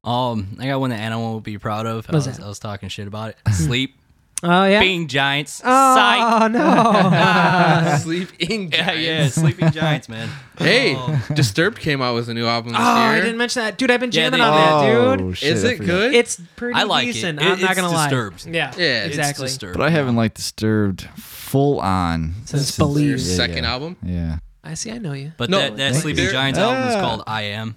Speaker 5: Um, I got one that Animal will be proud of. I
Speaker 2: What's
Speaker 5: was,
Speaker 2: that?
Speaker 5: I was talking shit about it. Sleep.
Speaker 2: Oh yeah.
Speaker 5: Being Giants.
Speaker 2: oh
Speaker 5: Psych.
Speaker 2: no.
Speaker 3: Sleep in.
Speaker 5: Yeah,
Speaker 3: Giants.
Speaker 5: yeah, Sleeping Giants, man. Oh.
Speaker 3: Hey, Disturbed came out with a new album this
Speaker 2: Oh,
Speaker 3: year.
Speaker 2: I didn't mention that, dude. I've been
Speaker 5: Yeah,
Speaker 2: jamming
Speaker 5: they-
Speaker 2: on that, dude.
Speaker 1: Oh, shit,
Speaker 3: Is
Speaker 1: I
Speaker 3: it
Speaker 1: forgot.
Speaker 3: good?
Speaker 2: It's pretty
Speaker 5: I like it.
Speaker 2: decent.
Speaker 5: It-
Speaker 2: I'm not
Speaker 5: it's
Speaker 2: gonna lie.
Speaker 5: disturbed.
Speaker 2: Yeah,
Speaker 3: Yeah, it's
Speaker 2: exactly.
Speaker 5: It's disturbed.
Speaker 1: But I haven't liked Disturbed full on
Speaker 2: Since
Speaker 1: since
Speaker 2: Believe.
Speaker 1: their
Speaker 3: Their second album?
Speaker 1: Yeah.
Speaker 2: I see. I know you.
Speaker 5: But
Speaker 3: No,
Speaker 5: that, that
Speaker 3: thank
Speaker 5: Sleeping
Speaker 3: you.
Speaker 5: Giants album is
Speaker 1: Ah.
Speaker 5: called I Am.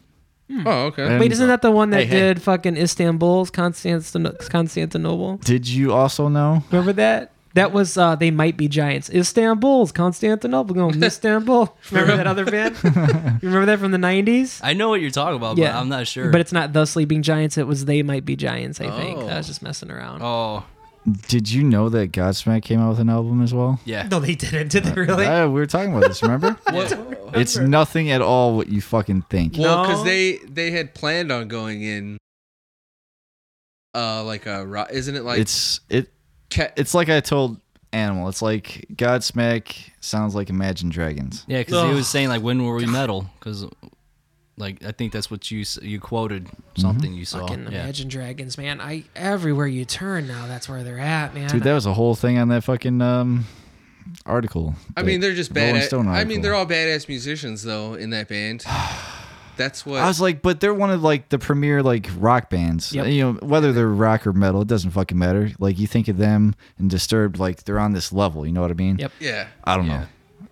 Speaker 2: Hmm.
Speaker 3: Oh, okay.
Speaker 1: And
Speaker 2: Wait, isn't that the one that
Speaker 5: Hey, hey.
Speaker 2: did fucking Istanbul's Constantin- Constantinople?
Speaker 1: Did you also know?
Speaker 2: Remember that? That was uh, they might be giants. Istanbul's Constantinople going Istanbul. Remember that other band? you remember that from the nineties?
Speaker 5: I know what you're talking about, but I'm not sure.
Speaker 2: But it's not the Sleeping Giants. It was they might be giants. I think
Speaker 3: Oh.
Speaker 2: I was just messing around.
Speaker 5: oh,
Speaker 1: Did you know that Godsmack came out with an album as well?
Speaker 5: yeah.
Speaker 2: No, they didn't. Did they really?
Speaker 1: Ah, we were talking about this, remember? it's nothing at all what you fucking think.
Speaker 3: Well,
Speaker 2: No.
Speaker 3: because they they had planned on going in, uh, like a rock. Isn't it like
Speaker 1: it's it
Speaker 3: ca-
Speaker 1: it's like I told Animal. It's like Godsmack sounds like Imagine Dragons.
Speaker 5: Yeah, because he was saying, like, when were we metal? Because, like, I think that's what you s- you quoted, something you saw.
Speaker 2: Fucking
Speaker 5: yeah.
Speaker 2: Imagine Dragons, man. I everywhere you turn now, that's where they're at, man.
Speaker 1: Dude, that was a whole thing on that fucking um article.
Speaker 3: I
Speaker 1: that
Speaker 3: mean, they're just
Speaker 1: Rolling
Speaker 3: badass.
Speaker 1: Stone
Speaker 3: I mean,
Speaker 1: article.
Speaker 3: they're all badass musicians though in that band. That's what.
Speaker 1: I was like, but they're one of like the premier like rock bands.
Speaker 2: Yep.
Speaker 1: You know, whether they're rock or metal, it doesn't fucking matter. Like you think of them and Disturbed, like they're on this level. You know what I mean?
Speaker 2: Yep.
Speaker 3: yeah.
Speaker 1: I don't know.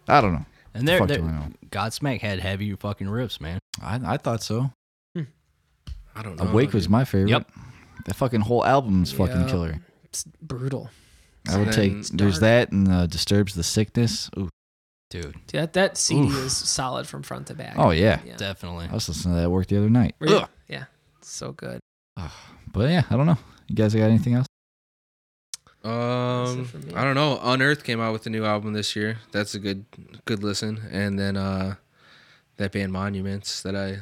Speaker 1: I don't know.
Speaker 5: And they're,
Speaker 1: Fuck
Speaker 5: they're,
Speaker 1: do I know.
Speaker 5: Godsmack had heavy fucking riffs, man.
Speaker 1: I, I thought so.
Speaker 3: I don't know.
Speaker 1: Awake was my favorite.
Speaker 5: Yep.
Speaker 1: That fucking whole album's fucking
Speaker 2: Yeah.
Speaker 1: killer.
Speaker 2: It's brutal.
Speaker 1: I would
Speaker 3: And
Speaker 1: take.
Speaker 3: it's
Speaker 1: There's that and uh, disturbs the sickness. Ooh.
Speaker 5: Dude,
Speaker 2: Dude, that that CD
Speaker 1: Oof.
Speaker 2: is solid from front to back.
Speaker 1: Oh yeah.
Speaker 2: yeah.
Speaker 5: definitely.
Speaker 1: I was listening to that at work the other night.
Speaker 2: Were you- yeah. So good.
Speaker 1: But yeah, I don't know. You guys got anything else?
Speaker 3: Um,
Speaker 2: for me.
Speaker 3: I don't know. Unearth came out with a new album this year. That's a good good listen. And then uh, that band Monuments that I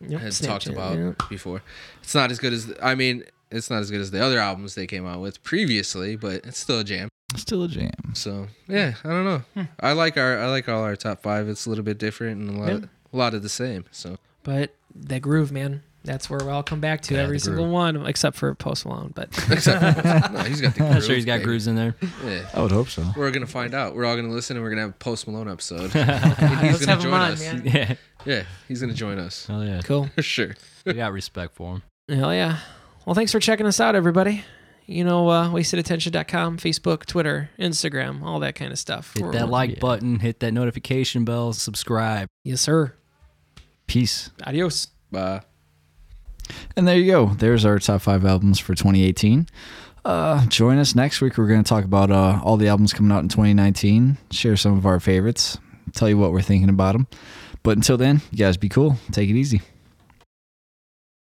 Speaker 2: Yep,
Speaker 3: had
Speaker 2: Snapchat,
Speaker 3: talked about
Speaker 2: yep.
Speaker 3: before. It's not as good as I mean, it's not as good as the other albums they came out with previously, but it's still a jam.
Speaker 1: Still a jam.
Speaker 3: So yeah, I don't know. I like our I like all our top five. It's a little bit different and a lot
Speaker 2: Yeah.
Speaker 3: a lot of the same. So
Speaker 2: But that groove, man. That's where we all come back to
Speaker 5: Yeah,
Speaker 2: every
Speaker 5: the
Speaker 2: single one, except for Post Malone. But
Speaker 3: except for, no, he's got the
Speaker 5: I'm
Speaker 3: grooves,
Speaker 5: sure he's got
Speaker 3: baby.
Speaker 5: grooves in there.
Speaker 3: Yeah.
Speaker 1: I would hope so.
Speaker 3: We're gonna find out. We're all gonna listen, and we're gonna have a Post Malone episode. And
Speaker 2: Let's
Speaker 3: he's gonna
Speaker 2: have him
Speaker 3: join
Speaker 2: on,
Speaker 3: us.
Speaker 2: man.
Speaker 5: yeah.
Speaker 3: Yeah, he's gonna join us
Speaker 5: Hell yeah.
Speaker 2: cool.
Speaker 3: for sure.
Speaker 5: We got respect for him.
Speaker 2: Hell yeah. Well, thanks for checking us out, everybody. You know, uh, wastedattention.com, Facebook, Twitter, Instagram, all that kind of stuff.
Speaker 5: Hit
Speaker 2: We're-
Speaker 5: that like button, hit that notification bell, subscribe.
Speaker 2: Yes, sir.
Speaker 1: Peace.
Speaker 2: Adios.
Speaker 3: Bye.
Speaker 1: And there you go. There's our top five albums for 2018. Uh, join us next week. We're going to talk about uh, all the albums coming out in 2019, share some of our favorites, tell you what we're thinking about them. But until then, you guys be cool. Take it easy.